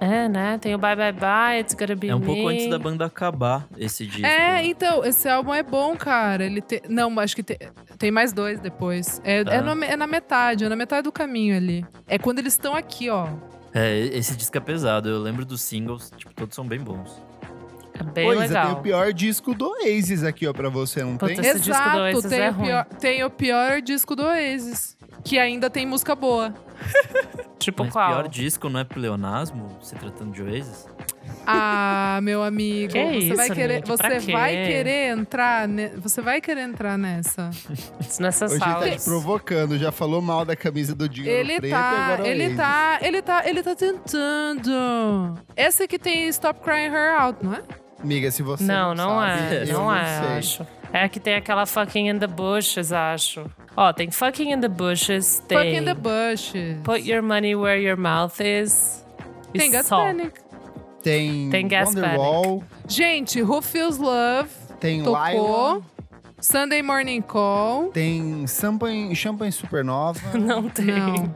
É, né? Tem o Bye Bye Bye, It's Gonna Be
É um
Me.
pouco antes da banda acabar esse disco.
É,
né?
então, esse álbum é bom, cara. Ele te... Não, acho que te- tem mais dois depois. É,
Tá.
é no- é na metade, é na metade do caminho ali. É quando eles estão aqui, ó.
É, esse disco é pesado. Eu lembro dos singles, tipo, todos são bem bons.
É bem
Pois, tem
legal.
o pior disco do Oasis aqui, ó, pra você, não
Puta,
tem?
Esse disco do Oasis
tem,
é
o
ruim.
pior, tem o pior disco do Oasis. Que ainda tem música boa.
Tipo
Mas
qual?
pior disco não é pleonasmo, se tratando de Oasis?
Ah, meu amigo,
Que
você
isso,
vai querer,
gente, pra
você
quê?
vai querer entrar, ne- você vai querer entrar nessa.
Nessas
Hoje ele tá te
salas.
provocando, já falou mal da camisa do Dinheiro
Ele
Preto,
tá,
agora é
ele
ele.
tá, ele tá, ele tá tentando. Essa que tem Stop Crying Her Out, não é?
Amiga, se você
Não, não
sabe,
é.
eu
Não é,
sei.
acho. É a que tem aquela fucking in the bushes, acho. Ó, tem fucking in the bushes, tem.
Fuck in the Bushes.
Put your money where your mouth is. E
Tem Gas
só.
Panic.
Tem,
Tem Gas
Wonderwall,
Gente, Who Feels Love
tem
tocou.
Lila,
Sunday Morning Call.
tem Champagne, Champagne Supernova.
Não tem.
Não.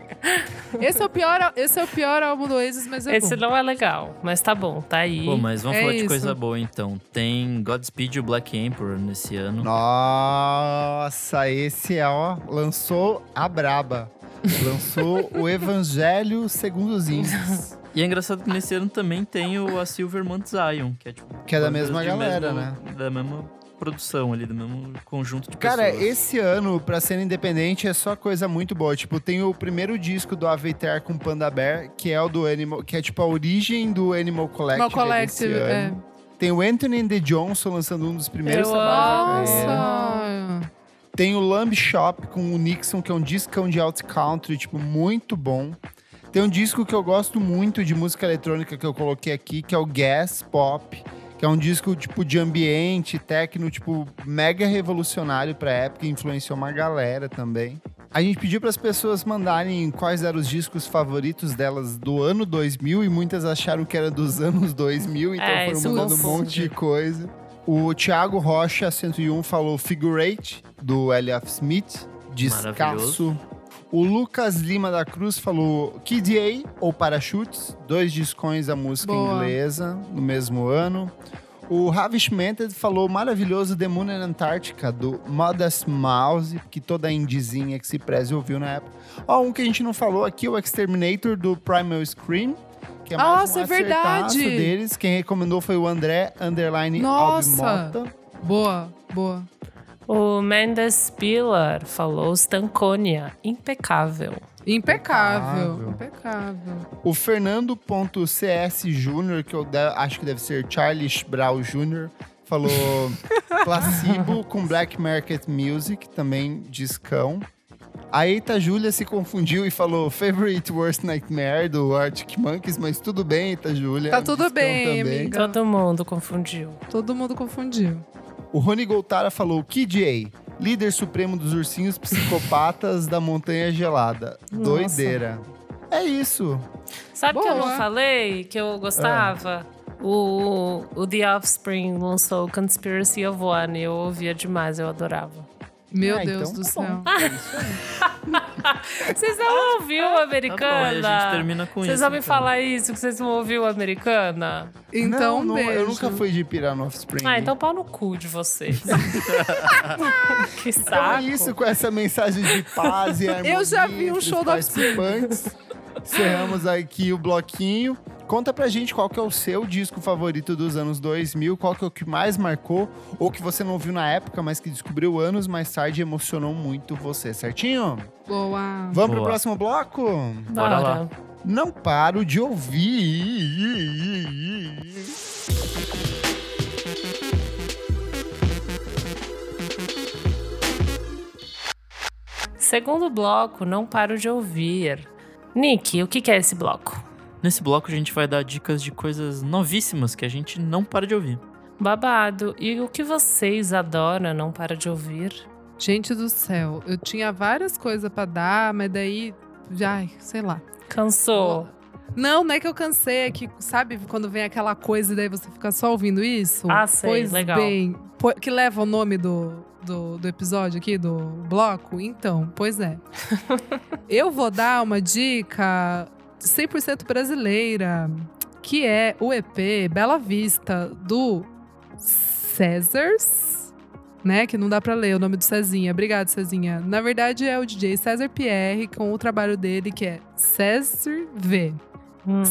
Esse é o pior, al- esse é o pior álbum do Oasis, mas é
Esse
bom.
não é legal, mas tá bom, tá aí.
Pô, mas vamos
É
falar de
isso.
coisa boa então. Tem Godspeed e o Black Emperor nesse ano.
Nossa, esse é, ó, lançou a braba. Lançou o Evangelho segundo os índios,
E é engraçado que nesse ano também tem o A Silver Mount Zion, que é tipo.
que é da
bandas
mesma
de
galera, né?
mesmo- Da mesma produção ali, do mesmo conjunto de
Cara,
pessoas.
esse ano, pra ser independente, é só coisa muito boa. Tipo, tem o primeiro disco do Aveitar com Panda Bear, que é o do Animal, que é tipo a origem do Animal
é
Collective.
Mal Collective.
desse
É.
ano. Tem o Anthony and the Johnson lançando um dos primeiros
Eu
trabalhos da
amo.
carreira.
Nossa!
Tem o Lamb Shop com o Nixon, que é um discão de alt country, tipo, muito bom. Tem um disco que eu gosto muito de música eletrônica que eu coloquei aqui, que é o Gas Pop, que é um disco tipo de ambiente, techno, tipo mega revolucionário pra época, e influenciou uma galera também. A gente pediu para as pessoas mandarem quais eram os discos favoritos delas do ano 2000 e muitas acharam que era dos anos 2000, então
É, isso
foram mandando um
confunde.
monte de coisa. O Thiago Rocha 101 falou Figure Eight do Elliot Smith, descasso.
Maravilhoso.
O Lucas Lima da Cruz falou KDA ou Parachutes, dois discões da música
Boa.
inglesa no mesmo ano. O Ravish Mented falou maravilhoso The Moon and Antarctica, do Modest Mouse, que toda indizinha que se preze ouviu na época. Ó, um que a gente não falou aqui, o Exterminator do Primal Scream, que é mais
Nossa,
um
é verdade!
acertaço deles. Quem recomendou foi o André, underline
Nossa!
Albimota.
Boa, boa.
O Mendes Pillar falou Stanconia, impecável.
Impecável. Impecável.
O Fernando.cs Júnior, que eu de- acho que deve ser Charles Brau Jr., falou Placebo com Black Market Music, também discão. A Eita Júlia se confundiu e falou Favorite Worst Nightmare do Arctic Monkeys, mas tudo bem, Eita Júlia.
Tá tudo
discão
bem, amiga. Legal.
Todo mundo confundiu.
Todo mundo confundiu.
O Rony Goltara falou KJ, líder supremo dos ursinhos psicopatas da Montanha Gelada.
Nossa.
Doideira. É isso.
Sabe que eu
Boa.
não falei que eu gostava?
É.
O, o The Offspring lançou Conspiracy of One. Eu ouvia demais, eu adorava.
Meu
Ah,
Deus
então
do
tá
céu.
Vocês não ouviram o
Tá bom, aí a gente
Americana?
termina com
Vocês
isso.
vão me
então.
falar isso, que vocês não ouviram o Americana?
Então,
não, não,
beijo.
eu nunca fui de pirar no Offspring.
Ah, então pau no cu de vocês. que
Então
saco.
é isso, com essa mensagem de paz e harmonia
Eu já vi um
entre os
show do Offspring.
participantes. Encerramos aqui o bloquinho. Conta pra gente qual que é o seu disco favorito dos anos 2000, qual que é o que mais marcou, ou que você não viu na época, mas que descobriu anos mais tarde e emocionou muito você, certinho?
Boa.
Vamos pro
Boa.
próximo bloco?
Bora lá.
Não paro de ouvir.
Segundo bloco, não paro de ouvir. Nick, o que, que é esse bloco?
Nesse bloco a gente vai dar dicas de coisas novíssimas que a gente não para de ouvir.
Babado. E o que vocês adoram não para de ouvir?
Gente do céu, eu tinha várias coisas pra dar, mas daí. Ai, sei lá.
Cansou.
Não, não é que eu cansei, é que sabe quando vem aquela coisa e daí você fica só ouvindo isso?
Ah, sei,
Tipo, pois
legal.
bem, po- que leva o nome do, do, do episódio aqui, do bloco? Então, pois é. eu vou dar uma dica 100% brasileira, que é o EP Bela Vista, do Césars, né? Que não dá pra ler o nome do Cezinha. Obrigado, Cezinha. Na verdade, é o DJ César Pierre com o trabalho dele, que é César V.
Hum.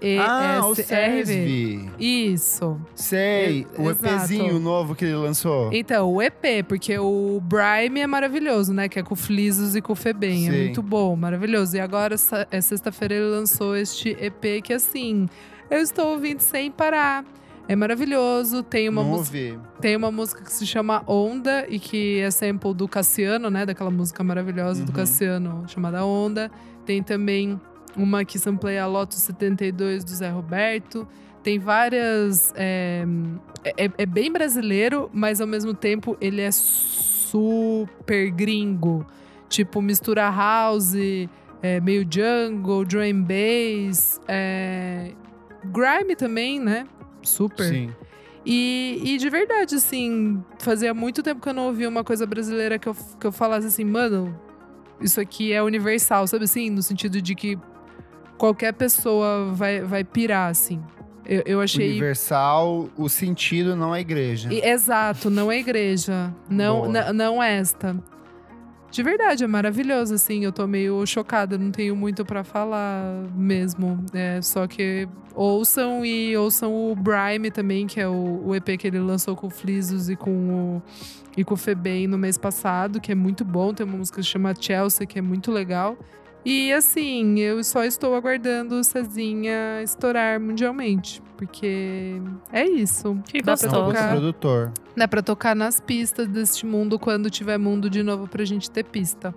é
Ah, o
C-E-S-R-V.
Sesv.
Isso.
Sei,
E-
o
exato.
EPzinho novo que ele lançou.
Então, o EP, porque o Brime é maravilhoso, né? Que é com o Flizos e com o Febem. É
Sim.
muito bom, maravilhoso. E agora, essa- é sexta-feira, ele lançou este EP que, assim, Eu estou ouvindo sem parar. É maravilhoso. Tem uma,
Não
música,
ouvi.
tem uma música que se chama Onda e que é sample do Cassiano, né? Daquela música maravilhosa do
Uhum.
Cassiano chamada Onda. Tem também uma que sampleia a Lotus 72 do Zé Roberto. Tem várias. É, é- é bem brasileiro, mas ao mesmo tempo ele é super gringo. Tipo, mistura house, é, meio jungle, drum bass, é, grime também, né? Super.
Sim.
E, e de verdade, assim, fazia muito tempo que eu não ouvia uma coisa brasileira que eu, que eu falasse assim, mano, isso aqui é universal, sabe assim? No sentido de que qualquer pessoa vai, vai pirar, assim. Eu, eu achei.
Universal, o sentido não é igreja.
E- Exato, não é igreja. Não,
Boa.
na- não esta. De verdade, é maravilhoso, assim. Eu tô meio chocada, não tenho muito pra falar mesmo. É, só que ouçam e ouçam o Brime também, que é o, o EP que ele lançou com o Flizos e com o, e com o Febem no mês passado, que é muito bom. Tem uma música que chama Chelsea, que é muito legal. E assim, eu só estou aguardando o Cezinha estourar mundialmente, porque é isso.
Que
Dá pra
É um
gostoso.
outro
tocar.
produtor.
Dá pra tocar nas pistas deste mundo quando tiver mundo de novo pra gente ter pista.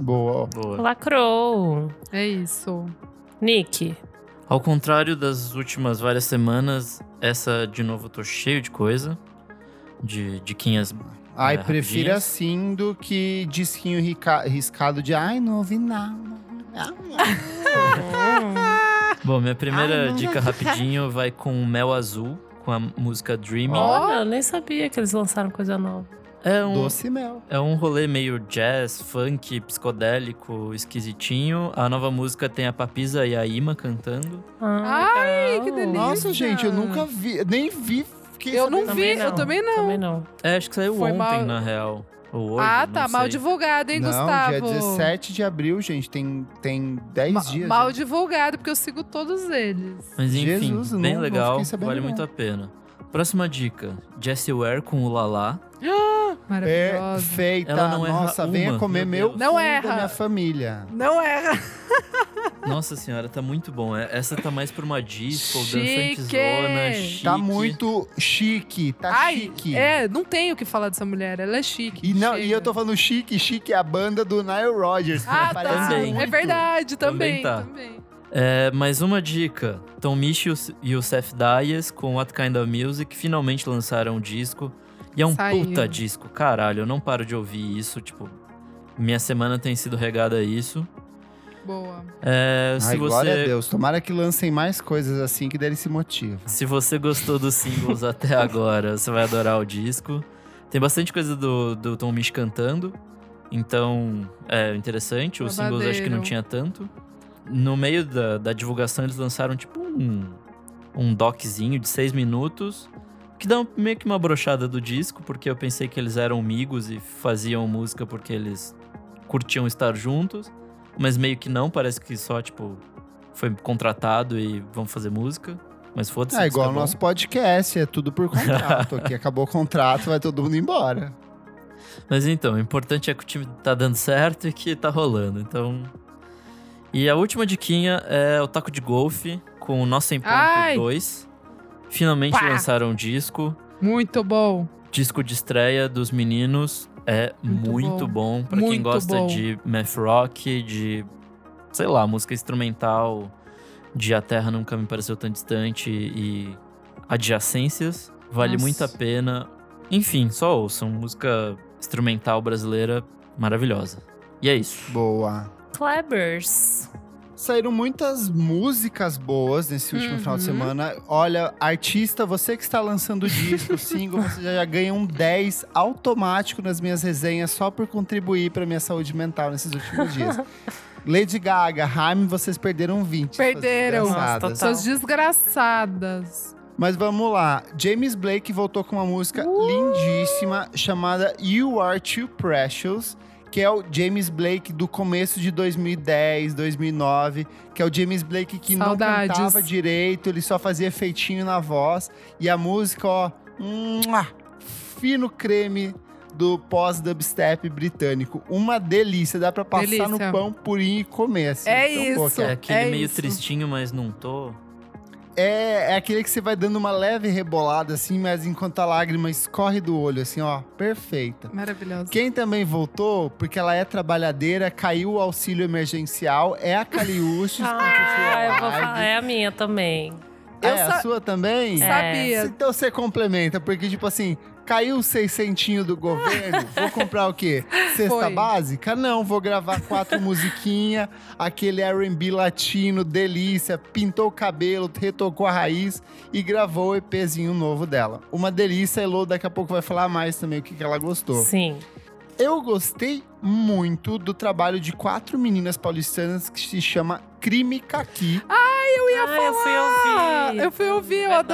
Boa.
Boa.
Lacrou.
É isso.
Nick.
Ao contrário das últimas várias semanas, essa de novo eu tô cheio de coisa. De diquinhas.
Ai,
É,
prefiro
rapidinho.
assim do que disquinho rica- riscado de ai, não ouvi nada.
Hum.
Bom, minha
Ai,
primeira
não.
dica rapidinho vai com o Mel Azul, com a música Dreaming.
Ó.
Olha, eu nem sabia que eles lançaram coisa nova.
É
Então,
um
Doce mel.
É um rolê meio jazz, funk, psicodélico, esquisitinho. A nova música tem a Papisa e a Ima cantando.
Ah,
Ah, Ai,
que delícia.
Nossa, gente, eu nunca vi, nem vi. fiquei
Eu não
sabendo.
vi, eu também não.
Também não.
É, acho que saiu
Foi
ontem,
mal-
na real. Ou hoje,
ah,
não
tá.
sei.
Mal divulgado, hein,
não,
Gustavo?
dia 17 de abril, gente, tem, tem 10
Ma-
dias.
mal
né?
divulgado, porque eu sigo todos eles.
Mas enfim,
Jesus, não-
bem
não
legal,
fiquei sabendo
vale
não.
muito a pena. Próxima dica, Jessie Ware com o Lala.
Maravilhosa.
Perfeita.
Ela não erra
É Nossa,
uma,
venha comer meu,
meu Deus.
Não
cu
erra.
da minha família.
É, Não erra.
Ah.
Nossa senhora, tá muito bom. É- Essa tá mais pra uma disco,
Chique!
dançantezona, chique.
Tá muito chique, tá
Ai,
chique.
é, não tem o que falar dessa mulher. Ela é chique.
E, não,
chega.
e eu tô falando chique, chique é a banda do Nile Rodgers. que
Ah,
aparece
tá.
Também.
É
muito.
verdade, também.
Também tá.
também.
É, mais uma dica. Tom Misch e o S- e o Seth Dias com What Kind of Music finalmente lançaram um disco. E é um
Saiu.
puta disco, caralho. Eu não paro de ouvir isso. Tipo, minha semana tem sido regada a isso.
Boa.
É, se,
Ai, glória a
você,
Deus. Tomara que lancem mais coisas assim que derem esse motivo.
se você gostou dos singles até agora, você vai adorar o disco. Tem bastante coisa do, do Tom Misch cantando. Então, é interessante. Os singles acho que não
Babadeiro.
tinha tanto. No meio da, da divulgação, eles lançaram tipo um, um doczinho de seis minutos. Que dá um- meio que uma brochada do disco, porque eu pensei que eles eram amigos e faziam música porque eles curtiam estar juntos. Mas meio que não, parece que só, tipo, foi contratado e vão fazer música. Mas foda-se.
É
o disco
igual o
tá bom.
nosso podcast, é tudo por contrato. Aqui acabou o contrato, vai todo mundo embora.
Mas então, o importante é que o time tá dando certo e que tá rolando. Então. E a última diquinha é o taco de golfe com o nosso em ponto
Ai!
2. Finalmente
Pá!
lançaram um disco.
Muito bom.
Disco de estreia dos meninos é
Muito
muito, bom. Pra quem
Muito
gosta
bom.
de math rock, de sei lá, música instrumental, de A Terra Nunca Me Pareceu Tão Distante e adjacências, vale
Nossa.
muito a pena. Enfim, só ouçam. Música instrumental brasileira maravilhosa. E é isso.
Boa.
Clebers.
Saíram muitas músicas boas nesse último
Uhum.
final de semana. Olha, artista, você que está lançando disco, single, você já ganha um 10 automático nas minhas resenhas só por contribuir para minha saúde mental nesses últimos dias. Lady Gaga, Haim, vocês perderam 20. suas
Perderam. Nossa,
desgraçadas.
Tá.
Suas desgraçadas.
Mas vamos lá. James Blake voltou com uma música
Uh!
lindíssima chamada You Are Too Precious, que é o James Blake do começo de 2010, 2009, que é o James Blake que
Saudades.
não cantava direito, ele só fazia feitinho na voz e a música, ó, mua, fino creme do pós-dubstep britânico. Uma delícia, dá pra passar
Delícia.
no pão purinho e comer. assim,
É
de tão boa
isso.
que é.
É aquele
é
meio
isso.
tristinho, mas não tô.
É, é aquele que você vai dando uma leve rebolada, assim, mas enquanto a lágrima escorre do olho, assim, ó. Perfeita.
Maravilhoso.
Quem também voltou, porque ela é trabalhadeira, caiu o auxílio emergencial, é a Caliúches.
Ah, eu vou falar. É a minha também.
É
Eu
a
sa-
sua também?
Sabia.
Então você complementa, porque tipo assim, caiu o seiscentinho do governo, vou comprar o quê? Cesta
Foi.
básica? Não, vou gravar quatro musiquinhas, aquele R&B latino, delícia, pintou o cabelo, retocou a raiz e gravou o EPzinho novo dela. Uma delícia, Elô daqui a pouco vai falar mais também o que, que ela gostou.
Sim.
Eu gostei muito do trabalho de quatro meninas paulistanas que se chama Crime Caqui.
Eu ia falar. Eu
Ah,
fui ouvir.
eu fui ouvir, eu
Verdade.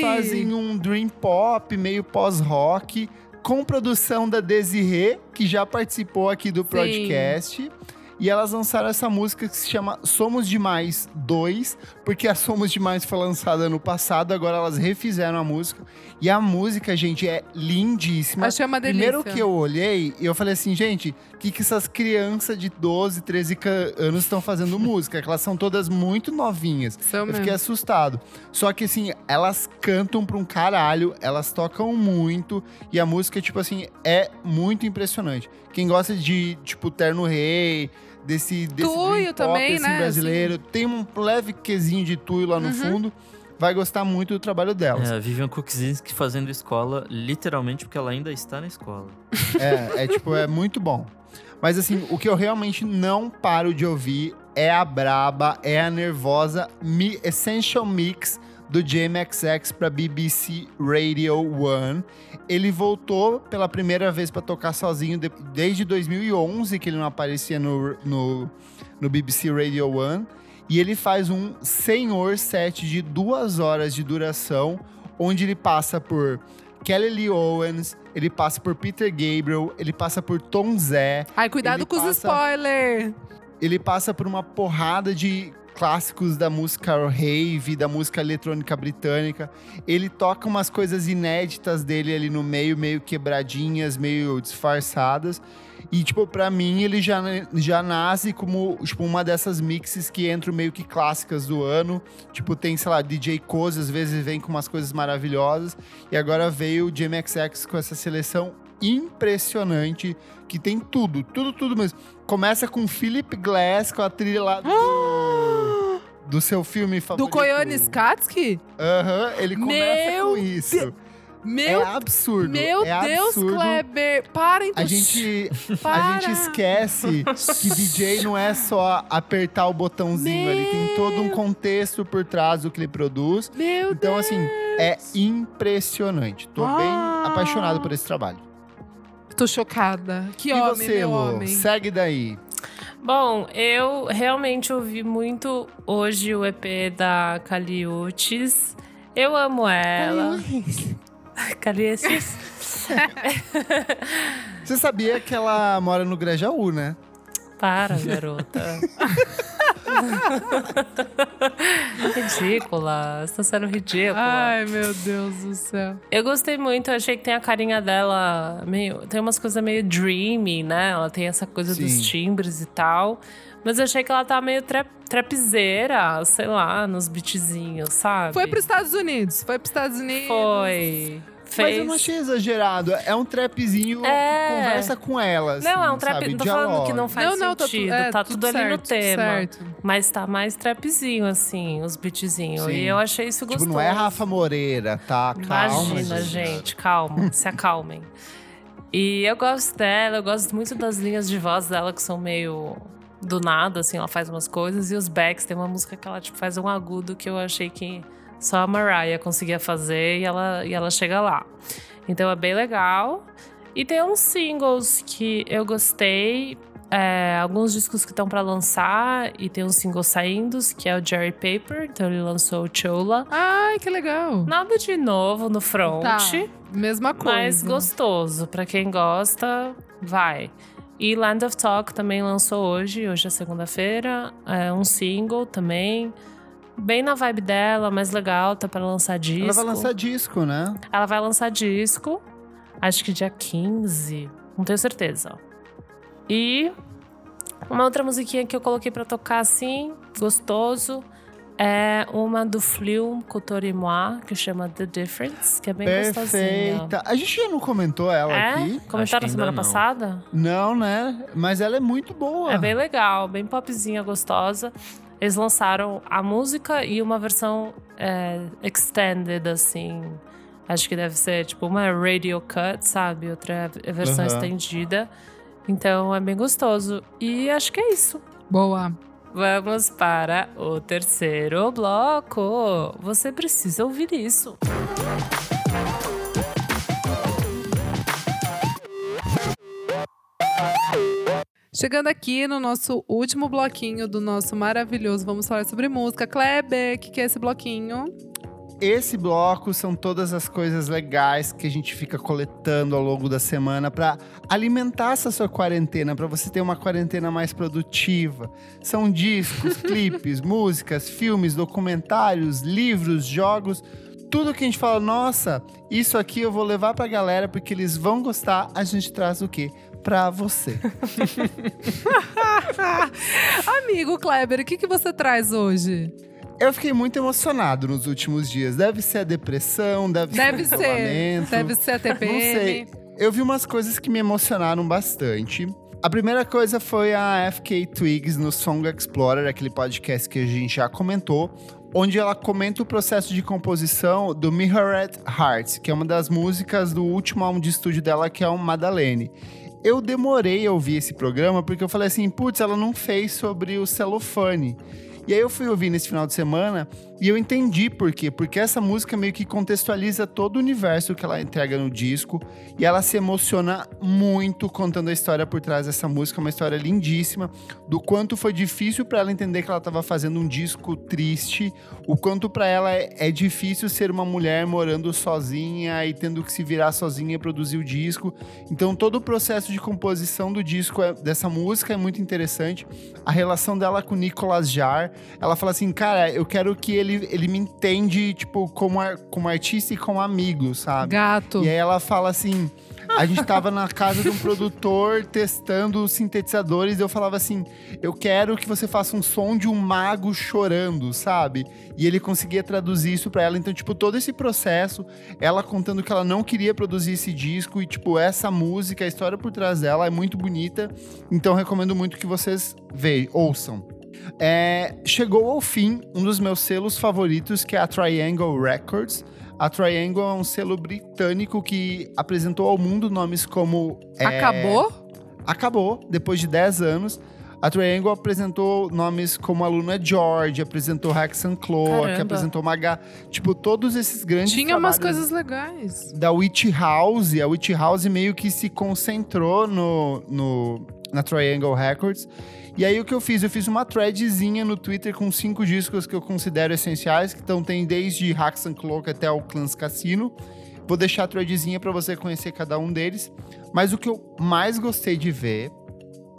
Elas fazem um dream pop, meio pós-rock, com produção da Desirê, que já participou aqui do podcast. E elas lançaram essa música que se chama Somos Demais 2, porque a Somos Demais foi lançada ano passado, agora elas refizeram a música. E a música, gente, é lindíssima.
Achei uma delícia.
Primeiro que eu olhei, eu falei assim, gente, o que, que essas crianças de 12, 13 ca- anos estão fazendo música? Que elas são todas muito novinhas.
São
Eu
Então mesmo.
fiquei assustado. Só que assim, elas cantam pra um caralho, elas tocam muito e a música, tipo assim, é muito impressionante. Quem gosta de, tipo, Terno Rei, desse, desse
Tuyo
dream pop,
também,
assim,
né,
brasileiro, tem um leve quesinho de Tuyo lá no
Uhum.
fundo, vai gostar muito do trabalho delas.
É, a Vivian Kuczynski fazendo escola, literalmente, porque ela ainda está na escola.
É, é tipo, é muito bom. Mas assim, o que eu realmente não paro de ouvir é a braba, é a nervosa Mi Essential Mix do JMXX para BBC Radio One. Ele voltou pela primeira vez para tocar sozinho de- desde 2011 que ele não aparecia no, no, no BBC Radio One. E ele faz um senhor set de duas horas de duração, onde ele passa por Kelly Lee Owens, ele passa por Peter Gabriel, ele passa por Tom Zé,
Ai,
assim,
cuidado
Ele
com os
passa-
spoilers.
ele passa por uma porrada de clássicos da música rave, da música eletrônica britânica. Ele toca umas coisas inéditas dele ali no meio, meio quebradinhas, meio disfarçadas. E, tipo, pra mim, ele já, já nasce como, tipo, uma dessas mixes que entram meio que clássicas do ano. Tipo, tem, sei lá, DJ Cozy, às vezes vem com umas coisas maravilhosas. E agora veio o GMXX com essa seleção impressionante, que tem tudo, tudo, tudo mesmo. Começa com Philip Glass, com a trilha lá do, do seu filme favorito.
Ah! Do Koyone
É
Skatsky?
Aham, ele começa
Meu
com isso.
Meu,
é absurdo.
meu
é
Deus,
absurdo.
Kleber. Para, então.
A gente,
Para.
a gente esquece que DJ não é só apertar o botãozinho
Meu
ali. Tem todo um contexto por trás do que ele produz.
Meu Deus.
Então, assim, é impressionante. Tô
Ah.
bem apaixonado por esse trabalho.
Tô chocada. Que
e
homem,
você,
meu
Lô?
homem.
Segue daí.
Bom, eu realmente ouvi muito hoje o EP da Caliutes. Eu amo ela. Caliutes.
Você sabia que ela mora no Grajaú, né?
Para, garota. ridícula. Você tá sendo ridícula.
Ai, meu Deus do céu.
Eu gostei muito, eu achei que tem a carinha dela meio. Tem umas coisas meio dreamy, né? Ela tem essa coisa
Sim.
dos timbres e tal. Mas eu achei que ela tá meio trap, trapizeira, sei lá, nos beatzinhos, sabe?
Foi pros Estados Unidos. Foi pros Estados Unidos.
Foi. Fez.
Mas eu não achei exagerado. É um trapzinho
É.
que conversa com ela. assim,
Não, é um trap.
sabe?
Não tô falando que não
Dialoga.
faz
não, não, tá, tu-
sentido.
é,
tá tudo, ali no
certo, tudo
tema.
Certo.
Mas tá mais trapzinho, assim, os beatzinhos.
Sim.
E eu achei isso
Tipo,
gostoso.
não é Rafa Moreira, tá? Calma,
Imagina, gente, calma, se acalmem. E eu gosto dela, eu gosto muito das linhas de voz dela que são meio do nada, assim, ela faz umas coisas. E os backs, tem uma música que ela tipo, faz um agudo que eu achei que só a Mariah conseguia fazer e ela, e ela chega lá. Então é bem legal. E tem uns singles que eu gostei, é, alguns discos que estão pra lançar, e tem uns singles saindo, que é o Jerry Paper, então ele lançou o Chola.
Ai, que legal.
Nada de novo no front,
Tá, mesma coisa.
mas gostoso. Pra quem gosta, vai. E Land of Talk também lançou hoje, hoje é segunda-feira, é um single também. Bem na vibe dela, mais legal, tá pra lançar disco.
Ela vai lançar disco, né?
Ela vai lançar disco, acho que dia 15, não tenho certeza. E uma outra musiquinha que eu coloquei pra tocar assim, gostoso, é uma do Fliu Kotori Moi, que chama The Difference, que é bem gostosinha.
Perfeita. A gente já não comentou ela
É?
aqui.
Acho que
Comentaram
ainda
semana
não.
passada?
Não, né? Mas ela é muito boa.
É bem legal, bem popzinha, gostosa. Eles lançaram a música e uma versão é, extended, assim. Acho que deve ser tipo uma é radio cut, sabe? Outra é
Aham.
versão estendida. Então é bem gostoso. E acho que é isso.
Boa.
Vamos para o terceiro bloco. Você precisa ouvir isso.
Chegando aqui no nosso último bloquinho do nosso maravilhoso Vamos Falar Sobre Música. Kleber, o que, que é esse bloquinho?
Esse bloco são todas as coisas legais que a gente fica coletando ao longo da semana para alimentar essa sua quarentena, para você ter uma quarentena mais produtiva. São discos, clipes, músicas, filmes, documentários, livros, jogos, tudo que a gente fala, nossa, isso aqui eu vou levar pra galera porque eles vão gostar, a gente traz o quê? Pra você.
Amigo Kleber, o que, que você traz hoje?
Eu fiquei muito emocionado nos últimos dias. Deve ser a depressão, deve,
Deve
ser o
ser.
isolamento.
Deve ser a
Não sei.
TPM.
Eu vi umas coisas que me emocionaram bastante. A primeira coisa foi a FK Twigs no Song Explorer, aquele podcast que a gente já comentou, onde ela comenta o processo de composição do Mirrored Hearts, que é uma das músicas do último álbum de estúdio dela, que é o Madalene. Eu demorei a ouvir esse programa porque eu falei assim, putz, ela não fez sobre o celofane. E aí eu fui ouvir nesse final de semana e eu entendi por quê. Porque essa música meio que contextualiza todo o universo que ela entrega no disco. E ela se emociona muito contando a história por trás dessa música. Uma história lindíssima. Do quanto foi difícil para ela entender que ela estava fazendo um disco triste. O quanto para ela é, é difícil ser uma mulher morando sozinha e tendo que se virar sozinha e produzir o disco. Então todo o processo de composição do disco é- dessa música é muito interessante. A relação dela com o Nicolas Jarre ela fala assim, cara, eu quero que ele, ele me entende, tipo, como, ar- como artista e como amigo, sabe?
Gato.
E é, aí ela fala assim: a gente tava na casa de um produtor testando os sintetizadores, e eu falava assim: eu quero que você faça um som de um mago chorando, sabe? E ele conseguia traduzir isso pra ela. Então, tipo, todo esse processo, ela contando que ela não queria produzir esse disco, e, tipo, essa música, a história por trás dela é muito bonita. Então, recomendo muito que vocês vejam, ouçam. É, chegou ao fim um dos meus selos favoritos, que é a Triangle Records. A Triangle é um selo britânico que apresentou ao mundo nomes como. é,
Acabou?
Acabou, depois de 10 anos. A Triangle apresentou nomes como a Luna George, apresentou Rex and Cloak,
Caramba.
apresentou Maga. Tipo, todos esses grandes.
Tinha umas
trabalhos
coisas legais.
da Witch House. A Witch House meio que se concentrou no, no- na Triangle Records. E aí o que eu fiz? Eu fiz uma threadzinha no Twitter com cinco discos que eu considero essenciais, que então tem desde Hacks and Cloak até o Clans Cassino. Vou deixar a threadzinha para você conhecer cada um deles. Mas o que eu mais gostei de ver,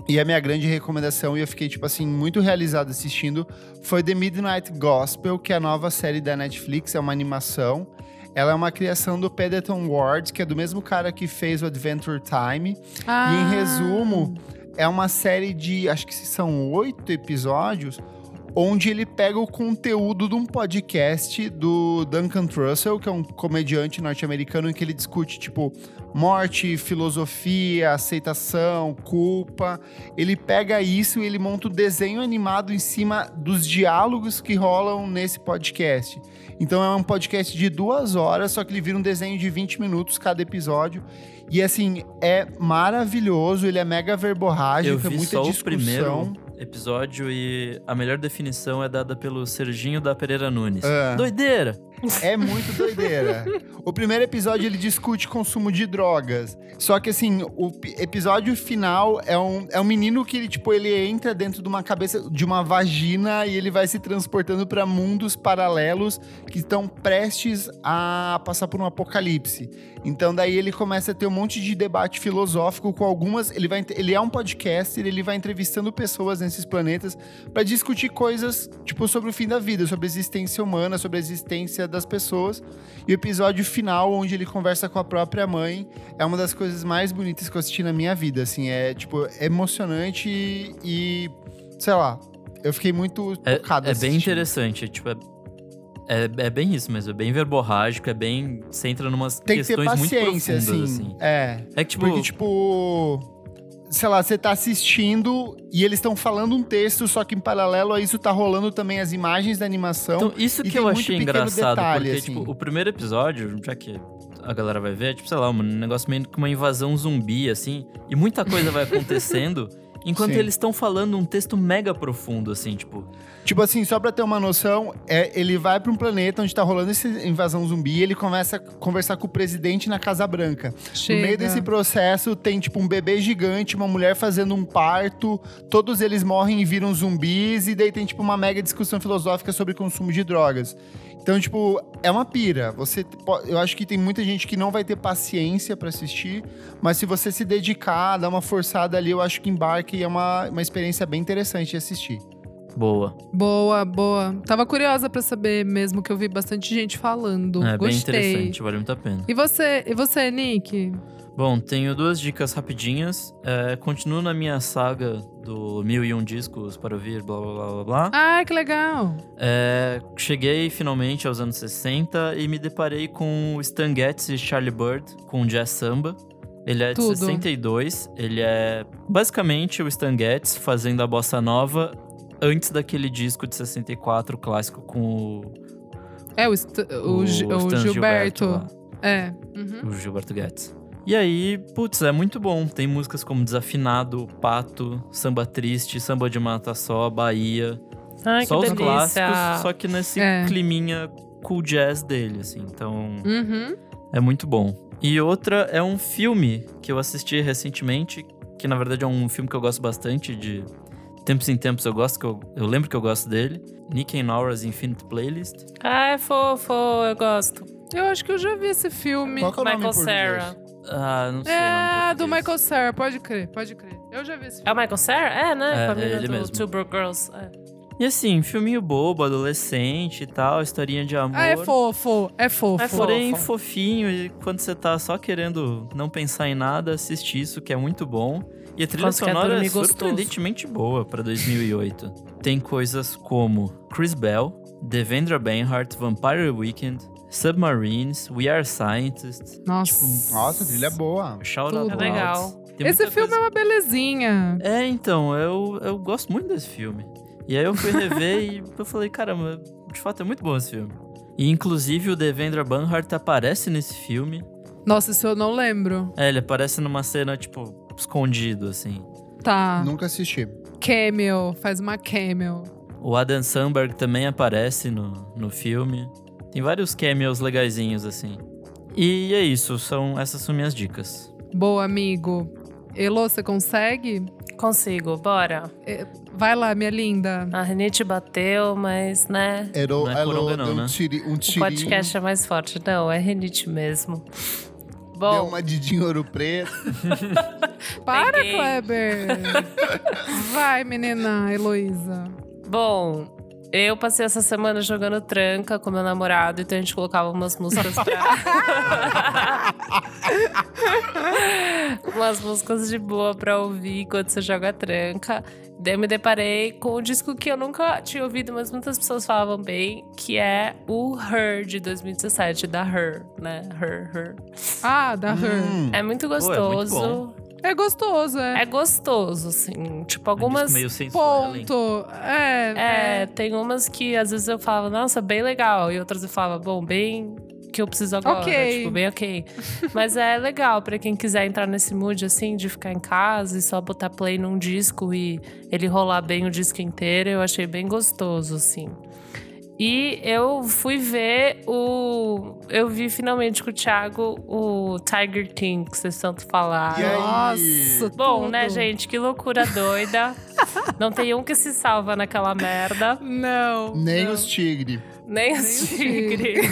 e a minha grande recomendação, e eu fiquei, tipo assim, muito realizado assistindo, foi The Midnight Gospel, que é a nova série da Netflix, é uma animação. Ela é uma criação do Pederton Ward, que é do mesmo cara que fez o Adventure Time.
Ah.
E em resumo, é uma série de, acho que são oito episódios, onde ele pega o conteúdo de um podcast do Duncan Trussell, que é um comediante norte-americano, em que ele discute, tipo, morte, filosofia, aceitação, culpa. Ele pega isso e ele monta o desenho animado em cima dos diálogos que rolam nesse podcast. Então é um podcast de duas horas, só que ele vira um desenho de 20 minutos cada episódio. E assim, é maravilhoso, ele é mega verborrágico,
Eu
é
vi
muita
só o
discussão.
primeiro episódio e a melhor definição é dada pelo Serginho da Pereira Nunes.
Ah.
Doideira!
É muito doideira. o primeiro episódio ele discute consumo de drogas. Só que assim, o pi- episódio final é um, é um menino que ele, tipo, ele entra dentro de uma cabeça, de uma vagina e ele vai se transportando para mundos paralelos que estão prestes a passar por um apocalipse. Então daí ele começa a ter um monte de debate filosófico com algumas, ele vai ele é um podcaster, ele vai entrevistando pessoas nesses planetas para discutir coisas, tipo, sobre o fim da vida, sobre a existência humana, sobre a existência das pessoas. E o episódio final, onde ele conversa com a própria mãe, é uma das coisas mais bonitas que eu assisti na minha vida, assim. É, tipo, emocionante e, sei lá, Eu fiquei muito
É,
tocado
é bem
assistindo.
interessante, é, tipo, é, é, é bem isso mesmo, é bem verborrágico, é bem. Você entra numas
Tem que ter
questões muito profundas,
paciência, assim.
assim.
É.
É que, tipo,
Porque, tipo. Sei lá, você tá assistindo e eles estão falando um texto, só que em paralelo a isso tá rolando também as imagens da animação.
Então, isso
é um- E
que
tem
eu
muito
achei
pequeno
engraçado,
detalhe,
porque,
assim.
tipo, o primeiro episódio, já que a galera vai ver, é, tipo, sei lá, um negócio meio que uma invasão zumbi, assim, e muita coisa vai acontecendo, enquanto
Sim.
eles estão falando um texto mega profundo, assim, tipo,
Tipo assim, só pra ter uma noção, é, ele vai pra um planeta onde tá rolando essa invasão zumbi e ele começa a conversar com o presidente na Casa Branca.
Chega.
No meio desse processo, tem tipo um bebê gigante, uma mulher fazendo um parto, todos eles morrem e viram zumbis, e daí tem tipo uma mega discussão filosófica sobre consumo de drogas. Então, tipo, é uma pira. Você, po- eu acho que tem muita gente que não vai ter paciência pra assistir, mas se você se dedicar, dar uma forçada ali, eu acho que embarque é uma, uma experiência bem interessante de assistir.
boa.
Boa, boa. Tava curiosa pra saber mesmo, que eu vi bastante gente falando.
é
Gostei.
bem interessante, vale muito a pena.
E você, e você, Nick?
Bom, tenho duas dicas rapidinhas. É, continuo na minha saga do Mil e Um Discos para ouvir, blá blá blá blá blá.
Ah, que legal.
É, cheguei finalmente aos anos 60 e me deparei com o Stan Getz e Charlie Bird com jazz samba. Ele é de
Tudo.
62, ele é basicamente o Stan Getz fazendo a bossa nova antes daquele disco de 64 clássico com o,
É, o, St- o, Gi- o
Stan
Gilberto.
lá.
É. Uhum.
o Gilberto Guedes. E aí, putz, é muito bom. Tem músicas como Desafinado, Pato, Samba Triste, Samba de Mata Só, Bahia.
Ai,
só
que
os
delícia.
clássicos, só que nesse
É.
climinha cool jazz dele, assim. Então,
Uhum.
é muito bom. E outra é um filme que eu assisti recentemente, que na verdade é um filme que eu gosto bastante de... Tempos em tempos eu gosto, que eu, eu lembro que eu gosto dele. Nick and Nora's Infinite Playlist.
Ah, é fofo, eu gosto.
Eu acho que eu já vi esse filme.
Qual que é o nome em
Michael
português?
Cera.
Ah, não sei. o nome
É,
em
do
português.
Michael Cera, pode crer, pode crer. Eu já vi esse
É o
filme.
Michael Cera? É, né?
É,
Com a
é
mina
ele
do
mesmo.
Two Broke Girls. É.
E assim, filminho bobo, adolescente e tal, historinha de amor.
Ah, é fofo, é fofo.
É fofo.
Porém, fofinho, e quando você tá só querendo não pensar em nada, assiste isso, que é muito bom. E a trilha
Quase quer
sonora é
dormir gostoso.
surpreendentemente boa pra 2008. Tem coisas como Chris Bell, Devendra Banhart, Vampire Weekend, Submarines, We Are Scientists,
Nossa.
Nossa, a trilha é boa.
Shout
Tudo.
Out
É
Loud.
legal.
Tem
esse
muita
filme é
coisa-
uma belezinha.
é... então, eu, eu gosto muito desse filme. E aí eu fui rever e eu falei, caramba, de fato é muito bom esse filme. E inclusive o Devendra Banhart aparece nesse filme.
Nossa, isso eu não lembro.
É, ele aparece numa cena, tipo, escondido, assim.
Ah.
Tá.
Nunca assisti.
Camel, faz uma camel.
O Adam Sandberg também aparece no, no filme. Tem vários cameos legaisinhos, assim. E é isso, são, essas são minhas dicas.
Boa, amigo. Elô, você consegue?
Consigo, bora.
Vai lá, minha linda.
A Renite bateu, mas, né?
Era
Não é coronga não,
deu um
né?
tiri, um
O
tirinho,
podcast é mais forte. Não, é Renite mesmo.
deu
é Bom,
uma de Dinho Ouro Preto.
Para,
Peguei.
Kleber! Vai, menina Heloísa.
um-
bom. Eu passei essa semana jogando tranca com meu namorado, então a gente colocava umas músicas pra. umas músicas de boa pra ouvir quando você joga tranca. Daí eu me deparei com um disco que eu nunca tinha ouvido, mas muitas pessoas falavam bem, que é o Her de 2017, da Her, né? Her, Her.
Ah, da Her.
Hum.
É muito
muito
gostoso.
bom.
É gostoso, é.
É gostoso, assim. Tipo,
É um disco
algumas.
meio sensual, hein?
Ponto. É,
É, tem umas que às vezes eu falava, nossa, bem legal. E outras eu falava, bom, bem que eu preciso agora.
Ok.
Tipo, bem ok. Mas é legal pra quem quiser entrar nesse mood, assim, de ficar em casa e só botar play num disco e ele rolar bem o disco inteiro. Eu achei bem gostoso, assim. E eu fui ver o. Eu vi finalmente com o Thiago o Tiger King, que vocês tanto falaram.
E aí?
Nossa,
Bom,
tudo.
né, gente? Que loucura doida. Não tem um que se salva naquela merda.
Não.
Nem
não.
os tigres.
Nem os
os
tigres.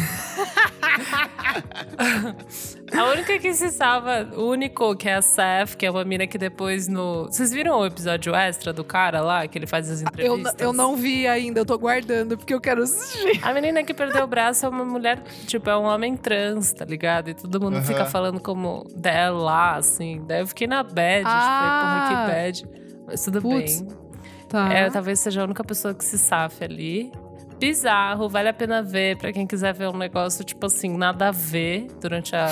a única que se salva, o único, que é a Seth, que é uma mina que depois no. Vocês viram o episódio extra do cara lá, que ele faz as
Ah, Eu,
entrevistas?
eu não vi ainda, eu tô guardando, porque eu quero assistir.
A menina que perdeu o braço é uma mulher, tipo, é um homem trans, tá ligado? E todo mundo
Aham.
fica falando como dela, assim. Daí eu fiquei na bad,
Ah.
tipo, falei, porra, que bad. Mas tudo
Putz.
bem.
Tá.
É, talvez seja a única pessoa que se safe ali. Bizarro, vale a pena ver pra quem quiser ver um negócio, tipo assim, nada a ver durante a,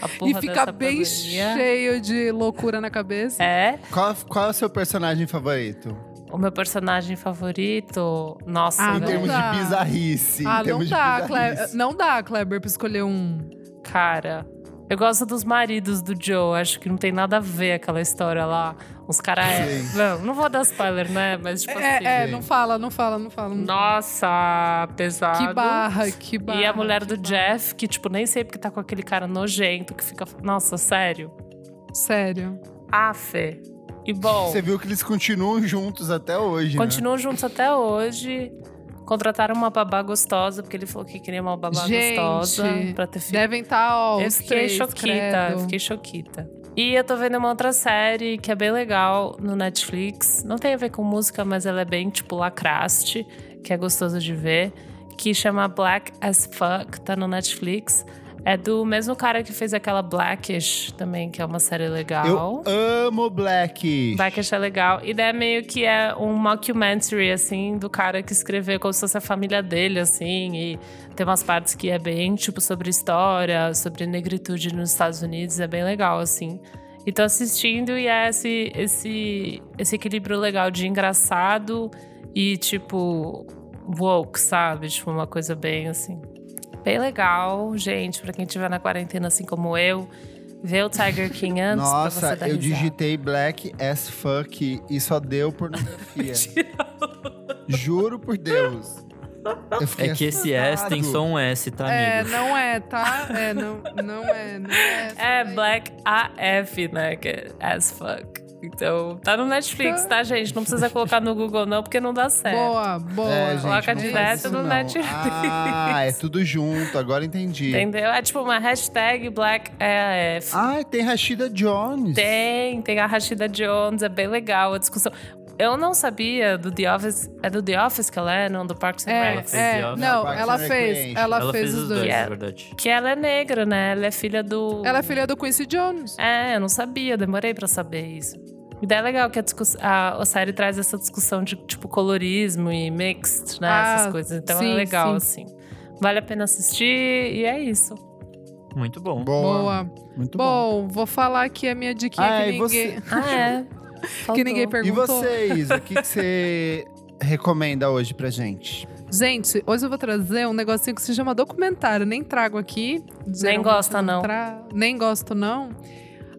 a porra
e fica
dessa
bem
pandemia.
cheio de loucura na cabeça.
É.
Qual, qual é o seu personagem favorito?
O meu personagem favorito. Nossa,
Ah,
em
não
termos
dá.
de bizarrice.
ah,
em termos
não
de
dá,
bizarrice.
Kleber. Não dá, Kleber, pra escolher um.
Tipo Cara, eu gosto dos maridos do Joe. Acho que não tem nada a ver aquela história lá. Os caras.
Sim.
Não, não vou dar spoiler, né? Mas, tipo assim.
É, é, não fala, não fala, não fala. não-
Nossa, pesado.
Que barra, que barra.
E a mulher do
que
Jeff, que, tipo, nem sei porque tá com aquele cara nojento que fica. Nossa, sério.
barra. Sério. Ah,
Afe. E bom,
Você viu que eles continuam juntos até hoje. né?
continuam juntos até hoje. Contrataram uma babá gostosa, porque ele falou que queria uma babá
Gente,
gostosa pra ter filho.
Devem estar, ó,
Eu
os
fiquei
três,
choquita,
credo.
eu fiquei choquita. E eu tô vendo uma outra série que é bem legal no Netflix. Não tem a ver com música, mas ela é bem, tipo, lacraste, que é gostoso de ver. Que chama Black as Fuck, tá no Netflix. É do mesmo cara que fez aquela Blackish também, que é uma série legal.
Eu amo Black.
Blackish é legal. E daí meio que é um mockumentary, assim, do cara que escreveu como se fosse a família dele, assim. E tem umas partes que é bem, tipo, sobre história, sobre negritude nos Estados Unidos. É bem legal, assim. E tô assistindo e é esse, esse, esse equilíbrio legal de engraçado e, tipo, woke, sabe? Tipo, uma coisa bem, assim... Bem legal, gente, pra quem estiver na quarentena assim como eu, vê o Tiger King antes pra
Nossa,
você dar
eu
risada.
digitei Black as fuck e só deu pornografia. Juro por Deus. Eu fiquei
É que esse S tem só um S, tá, amigo?
É, não é, tá? É, não, não é, não é.
É,
Ai,
Black AF, né? Que é as fuck. Então, tá no Netflix, tá, gente? Não precisa colocar no Google, não, porque não dá certo.
Boa, boa.
É, gente,
Coloca
não faz
direto
isso,
no
não.
Netflix.
Ah, é tudo junto, agora entendi.
Entendeu? É tipo uma hashtag Black AF.
Ah, tem Rashida Jones.
Tem, tem a Rashida Jones, é bem legal a discussão. Eu não sabia do The Office. É do The Office que ela é, não? Do Parks and
É,
Rec.
é, não, ela fez, ela,
Ela fez os dois,
dois.
na verdade.
Que ela é negra, né? Ela é filha do.
Ela é filha do Quincy Jones.
É, eu não sabia, demorei pra saber isso. E daí é legal que a, discuss- a, a série traz essa discussão de, tipo, colorismo e mixed, né?
Ah,
Essas coisas. Então
sim,
é legal, assim. Vale a pena assistir e é isso.
Muito bom.
Boa,
Boa.
muito bom.
Bom, vou falar aqui a minha
é
diquinha
Ah,
que,
e
ninguém,
Ah, é.
que
Faltou.
ninguém
E
perguntou.
vocês, o que que você recomenda hoje pra gente?
Gente, hoje eu vou trazer um negocinho que se chama documentário. Nem trago aqui. Geralmente
gosta,
eu
não.
tra- Nem gosto, não.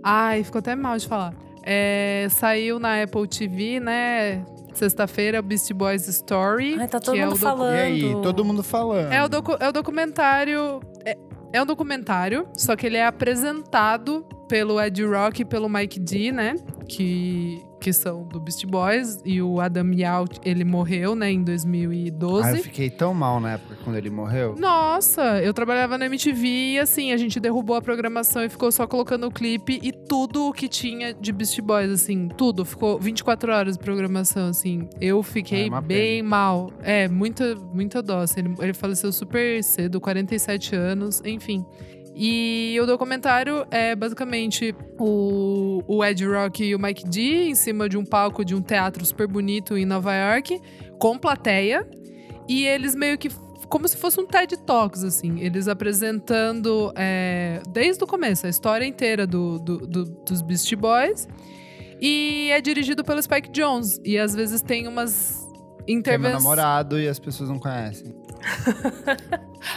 Ai, ficou até mal de falar. É, saiu na Apple TV, né? Sexta-feira, o Beast Boys Story.
Ai, tá todo
que é
mundo
o docu-
falando.
E aí, todo mundo falando. Ah,
É o, docu- é o documentário. É, é um documentário, só que ele é apresentado pelo Ed Rock e pelo Mike D, né? Que, que são do Beast Boys. E o Adam Yau, ele morreu, né, em 2012.
Ah, eu fiquei tão mal na época quando ele
Hum,
morreu.
Nossa, eu trabalhava na MTV e assim, a gente derrubou a programação e ficou só colocando o clipe e tudo o que tinha de Beast Boys, assim, tudo. Ficou 24 horas de programação, assim. Eu fiquei
É uma
bem mal. É, muita, muita dó. assim, Ele, ele faleceu super cedo, 47 anos, enfim. E o documentário é basicamente o, o Ed Rock e o Mike D em cima de um palco de um teatro super bonito em Nova York, com plateia. E eles meio que. Como se fosse um TED Talks, assim. Eles apresentando é, desde o começo a história inteira do, do- do- dos Beast Boys. E é dirigido pelo Spike Jones. E às vezes tem umas
Que é meu
intervenções.
namorado e as pessoas não conhecem.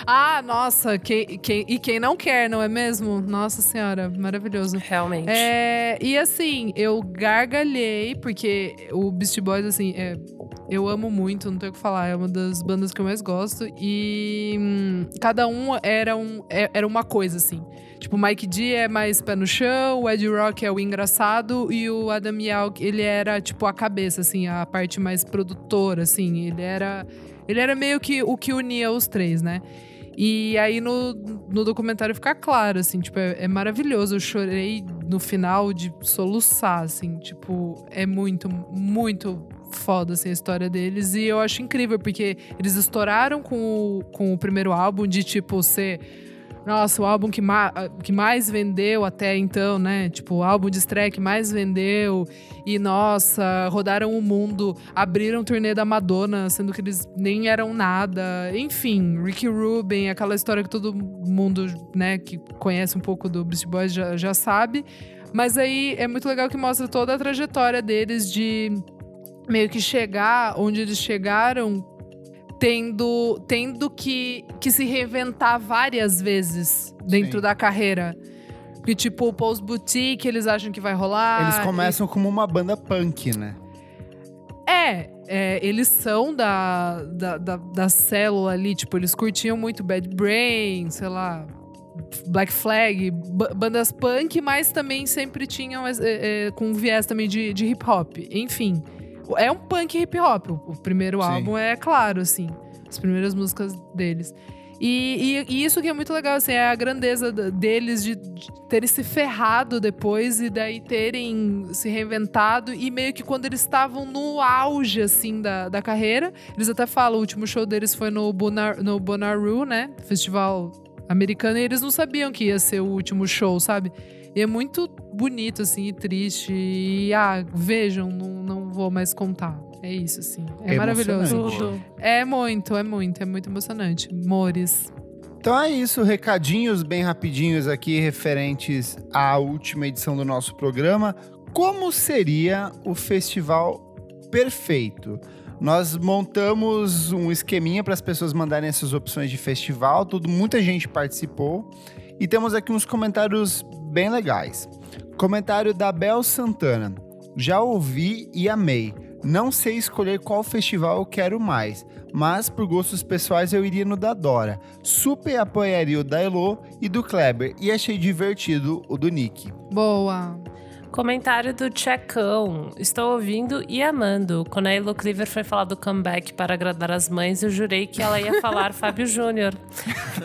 Ah, nossa, quem, quem- e quem não quer, não é mesmo? Nossa senhora, maravilhoso.
Realmente.
É, e assim, eu gargalhei, porque o Beast Boys, assim, é, eu amo muito, não tenho o que falar, é uma das bandas que eu mais gosto. E hum, cada um era, um é- era uma coisa, assim. Tipo, o Mike D é mais pé no chão, o Ed Rock é o engraçado e o Adam Yau, ele era, tipo, a cabeça, assim, a parte mais produtora, assim. Ele era, ele era meio que o que unia os três, né? E aí no, no documentário fica claro, assim, tipo, é, é maravilhoso. Eu chorei no final de soluçar, assim, tipo, é muito, muito foda, assim, a história deles. E eu acho incrível, porque eles estouraram com o, com o primeiro álbum de, tipo, ser Nossa, o álbum que, ma- que mais vendeu até então, né? Tipo, o álbum de estreia que mais vendeu. E, nossa, rodaram o mundo, abriram o turnê da Madonna, sendo que eles nem eram nada. Enfim, Ricky Rubin, aquela história que todo mundo, né, que conhece um pouco do Beastie Boys já, já sabe. Mas aí é muito legal que mostra toda a trajetória deles de meio que chegar onde eles chegaram tendo, tendo que, que se reinventar várias vezes dentro
Sim.
da carreira. Porque, tipo, o Post Boutique, eles acham que vai rolar.
Eles começam como uma banda punk, né?
É, é, eles são da, da, da, da célula ali, tipo, eles curtiam muito Bad Brain, sei lá, Black Flag, ba- bandas punk, mas também sempre tinham es- é, é, com viés também de, de hip hop. Enfim, é um punk hip hop. O o primeiro
Sim.
álbum é claro, assim, as primeiras músicas deles. E, e- e isso que é muito legal, assim, é a grandeza da- deles de, de terem se ferrado depois e daí terem se reinventado. E meio que quando eles estavam no auge, assim, da, da carreira, eles até falam, o último show deles foi no, Bonar, no Bonnaroo, né? Festival americano, e eles não sabiam que ia ser o último show, sabe? E é muito bonito, assim, e triste. E, ah, vejam, não, não vou mais contar. É isso, assim. É,
É
maravilhoso.
emocionante.
Tudo.
É muito, é muito, é muito emocionante. Mores.
Então é isso, recadinhos bem rapidinhos aqui referentes à última edição do nosso programa. Como seria o festival perfeito? Nós montamos um esqueminha para as pessoas mandarem essas opções de festival, tudo, muita gente participou e temos aqui uns comentários bem legais. Comentário da Bel Santana. Já ouvi e amei. Não sei escolher qual festival eu quero mais, mas por gostos pessoais eu iria no da Dora super apoiaria o da Elo e do Kleber e achei divertido o do Nick.
Boa.
Comentário do Tchecão. Estou ouvindo e amando. Quando a Elo Cleaver foi falar do comeback para agradar as mães, eu jurei que ela ia falar Fábio Júnior.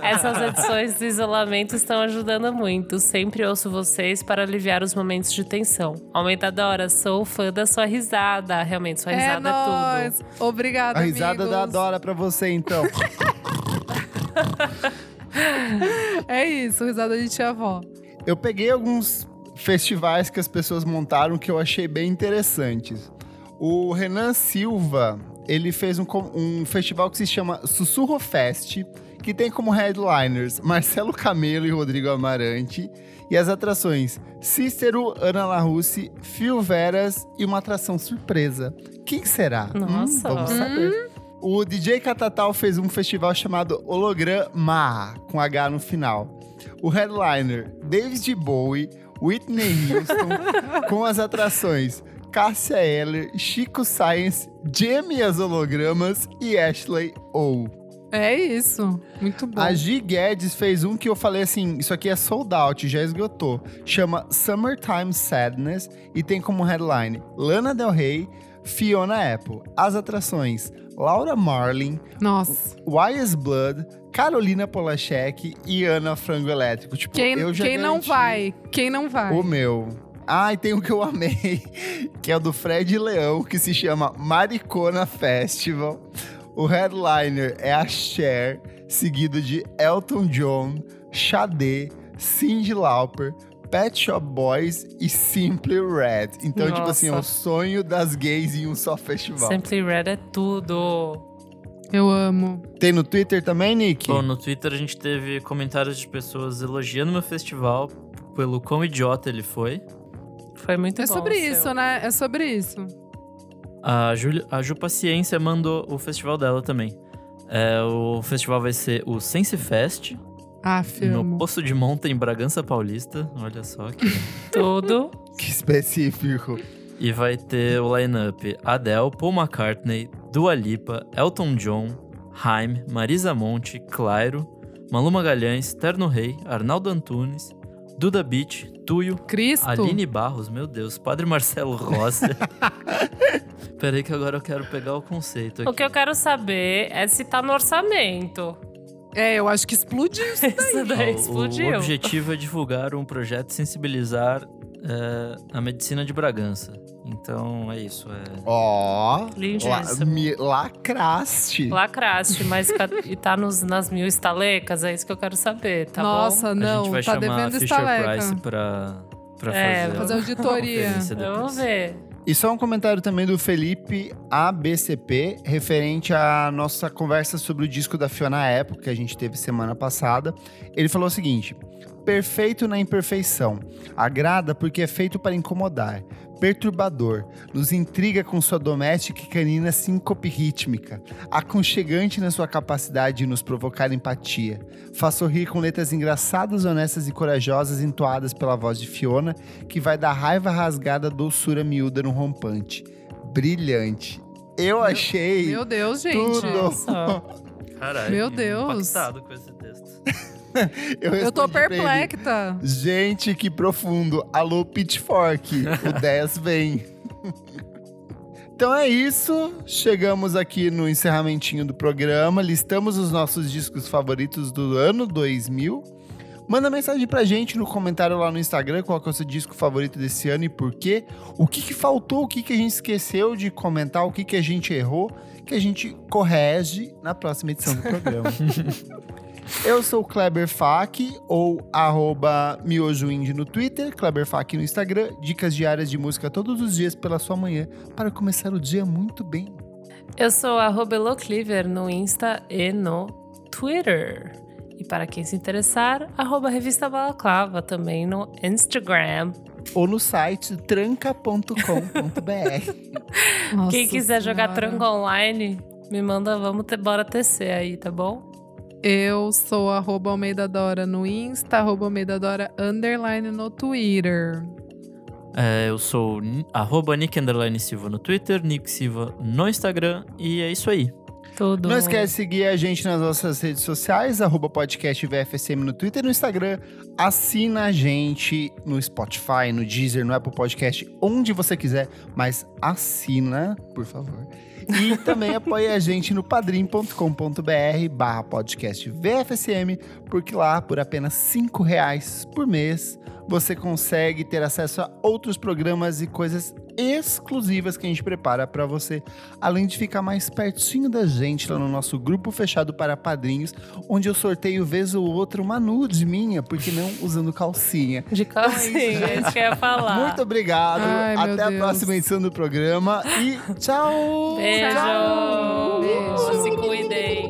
Essas edições do isolamento estão ajudando muito. Sempre ouço vocês para aliviar os momentos de tensão. Aumentadora, sou fã da sua risada. Realmente, sua risada é, tudo.
nóis. Obrigada,
A risada
amigos.
da Dora pra você então.
É isso, risada de tia-avó.
eu peguei alguns festivais que as pessoas montaram que eu achei bem interessantes. O Renan Silva, ele fez um, com- um festival que se chama Sussurro Fest, que tem como headliners Marcelo Camelo e Rodrigo Amarante, e as atrações Cícero, Ana Larousse, Fio Veras e uma atração surpresa. Quem será? Hum,
Nossa.
vamos saber. O DJ Catatal fez um festival chamado Holograma, com H no final o headliner David Bowie, Whitney Houston, com as atrações Cássia Eller, Chico Science, Jamie as hologramas e Ashley O.
É isso. Muito bom.
A G Guedes fez um que eu falei assim, isso aqui é sold out, já esgotou. Chama Summertime Sadness e tem como headline Lana Del Rey, Fiona Apple. As atrações Laura Marlin,
Nossa.
YS Blood, Carolina Polachek e Ana Frango Elétrico. Tipo,
Quem,
eu já
quem não
garanti-
vai? Quem não vai?
o meu. Ah, e tem um que eu amei, que é o do Fred Leão, que se chama Maricona Festival. O headliner é a Cher, seguido de Elton John, Xadê, Cyndi Lauper, Pet Shop Boys e Simply Red. Então, tipo assim, é o
Nossa.
sonho das gays em um só festival.
Sempre Red é tudo.
Eu amo.
Tem no Twitter também, Nick?
Bom, no Twitter a gente teve comentários de pessoas elogiando meu festival pelo quão idiota ele foi.
Foi muito
é
bom.
sobre
o seu.
isso, né? É sobre isso.
A, Júlia- a Ju Paciência mandou o festival dela também. É, o festival vai ser o Sense Fest,
Ah,
no
filme.
Poço de Monta, em Bragança Paulista. Olha só que
Tudo.
Que específico.
E vai ter o line-up Adele, Paul McCartney, Dua Lipa, Elton John, Haim, Marisa Monte, Clairo, Malu Magalhães, Terno Rei, Arnaldo Antunes, Duda Beach, Tuyo,
Cristo.
Aline Barros, meu Deus, Padre Marcelo Rossi. Peraí que agora eu quero pegar o conceito aqui.
O que eu quero saber é se tá no orçamento.
É, eu acho que explodiu.
Isso
Ó,
daí
O
explodiu.
objetivo é divulgar um projeto e sensibilizar eh, a medicina de Bragança. Então é isso. é-
Ó, la,
Lindíssimo.
me lacraste.
Lacraste, mas ca- e tá nos, nas mil estalecas? É isso que eu quero saber, tá bom?
Nossa,
a gente
não,
vai
tá
chamar a
devendo
Fisher Price
estaleca.
pra, pra
É,
fazer,
Fazer
a
auditoria.
conferência depois.
Vamos ver.
E só um comentário também do Felipe ABCP, referente à nossa conversa sobre o disco da Fiona Apple, que a gente teve semana passada. Ele falou o seguinte: perfeito na imperfeição, agrada porque é feito para incomodar, perturbador, nos intriga com sua doméstica e canina síncope rítmica, aconchegante na sua capacidade de nos provocar empatia, faz sorrir com letras engraçadas, honestas e corajosas entoadas pela voz de Fiona que vai da raiva rasgada à doçura miúda no rompante. Brilhante. Eu achei.
Meu Deus, gente.
Tudo.
Nossa.
Caralho,
Meu Deus.
impactado com esse texto.
Eu tô
respondi pra ele,
perplexa.
Gente, que profundo. Alô, Pitchfork. O 10 vem. Então é isso. Chegamos aqui no encerramentinho do programa. Listamos os nossos discos favoritos do ano 2000. Manda mensagem pra gente no comentário lá no Instagram qual que é o seu disco favorito desse ano e por quê. O que, que faltou, o que, que a gente esqueceu de comentar, o que, que a gente errou, que a gente correge na próxima edição do programa. Eu sou o Kleber Fak, ou arroba miojoindie no Twitter, Kleber Fak no Instagram. Dicas diárias de música todos os dias pela sua manhã, para começar o dia muito bem.
Eu sou a Robelo Cleaver no Insta e no Twitter. E para quem se interessar, arroba revista Balaclava também no Instagram.
Ou no site tranca.com.br.
quem quiser jogar
tranquilo.
trango online, me manda, vamos te, bora tecer aí, tá bom?
Eu sou arroba Almeida Dora no Insta, arroba Almeida Dora underline no Twitter.
É, eu sou ni- arroba Nick Underline Silva no Twitter, Nick Silva no Instagram, e é isso aí.
Tudo.
Não esquece de seguir a gente nas nossas redes sociais, arroba podcast VFSM no Twitter e no Instagram. Assina a gente no Spotify, no Deezer, no Apple Podcast, onde você quiser, mas assina, por favor. E também apoia a gente no padrim.com.br barra podcast VFSM, porque lá, por apenas cinco reais por mês, você consegue ter acesso a outros programas e coisas exclusivas que a gente prepara para você além de ficar mais pertinho da gente lá no nosso grupo fechado para padrinhos, onde eu sorteio vez ou outra uma nude minha, porque não usando calcinha.
De calcinha, é isso que eu ia falar.
Muito obrigado,
Ai, meu
até a
Deus.
próxima edição do programa e tchau!
Beijo.
Tchau.
Beijo. Se cuidem.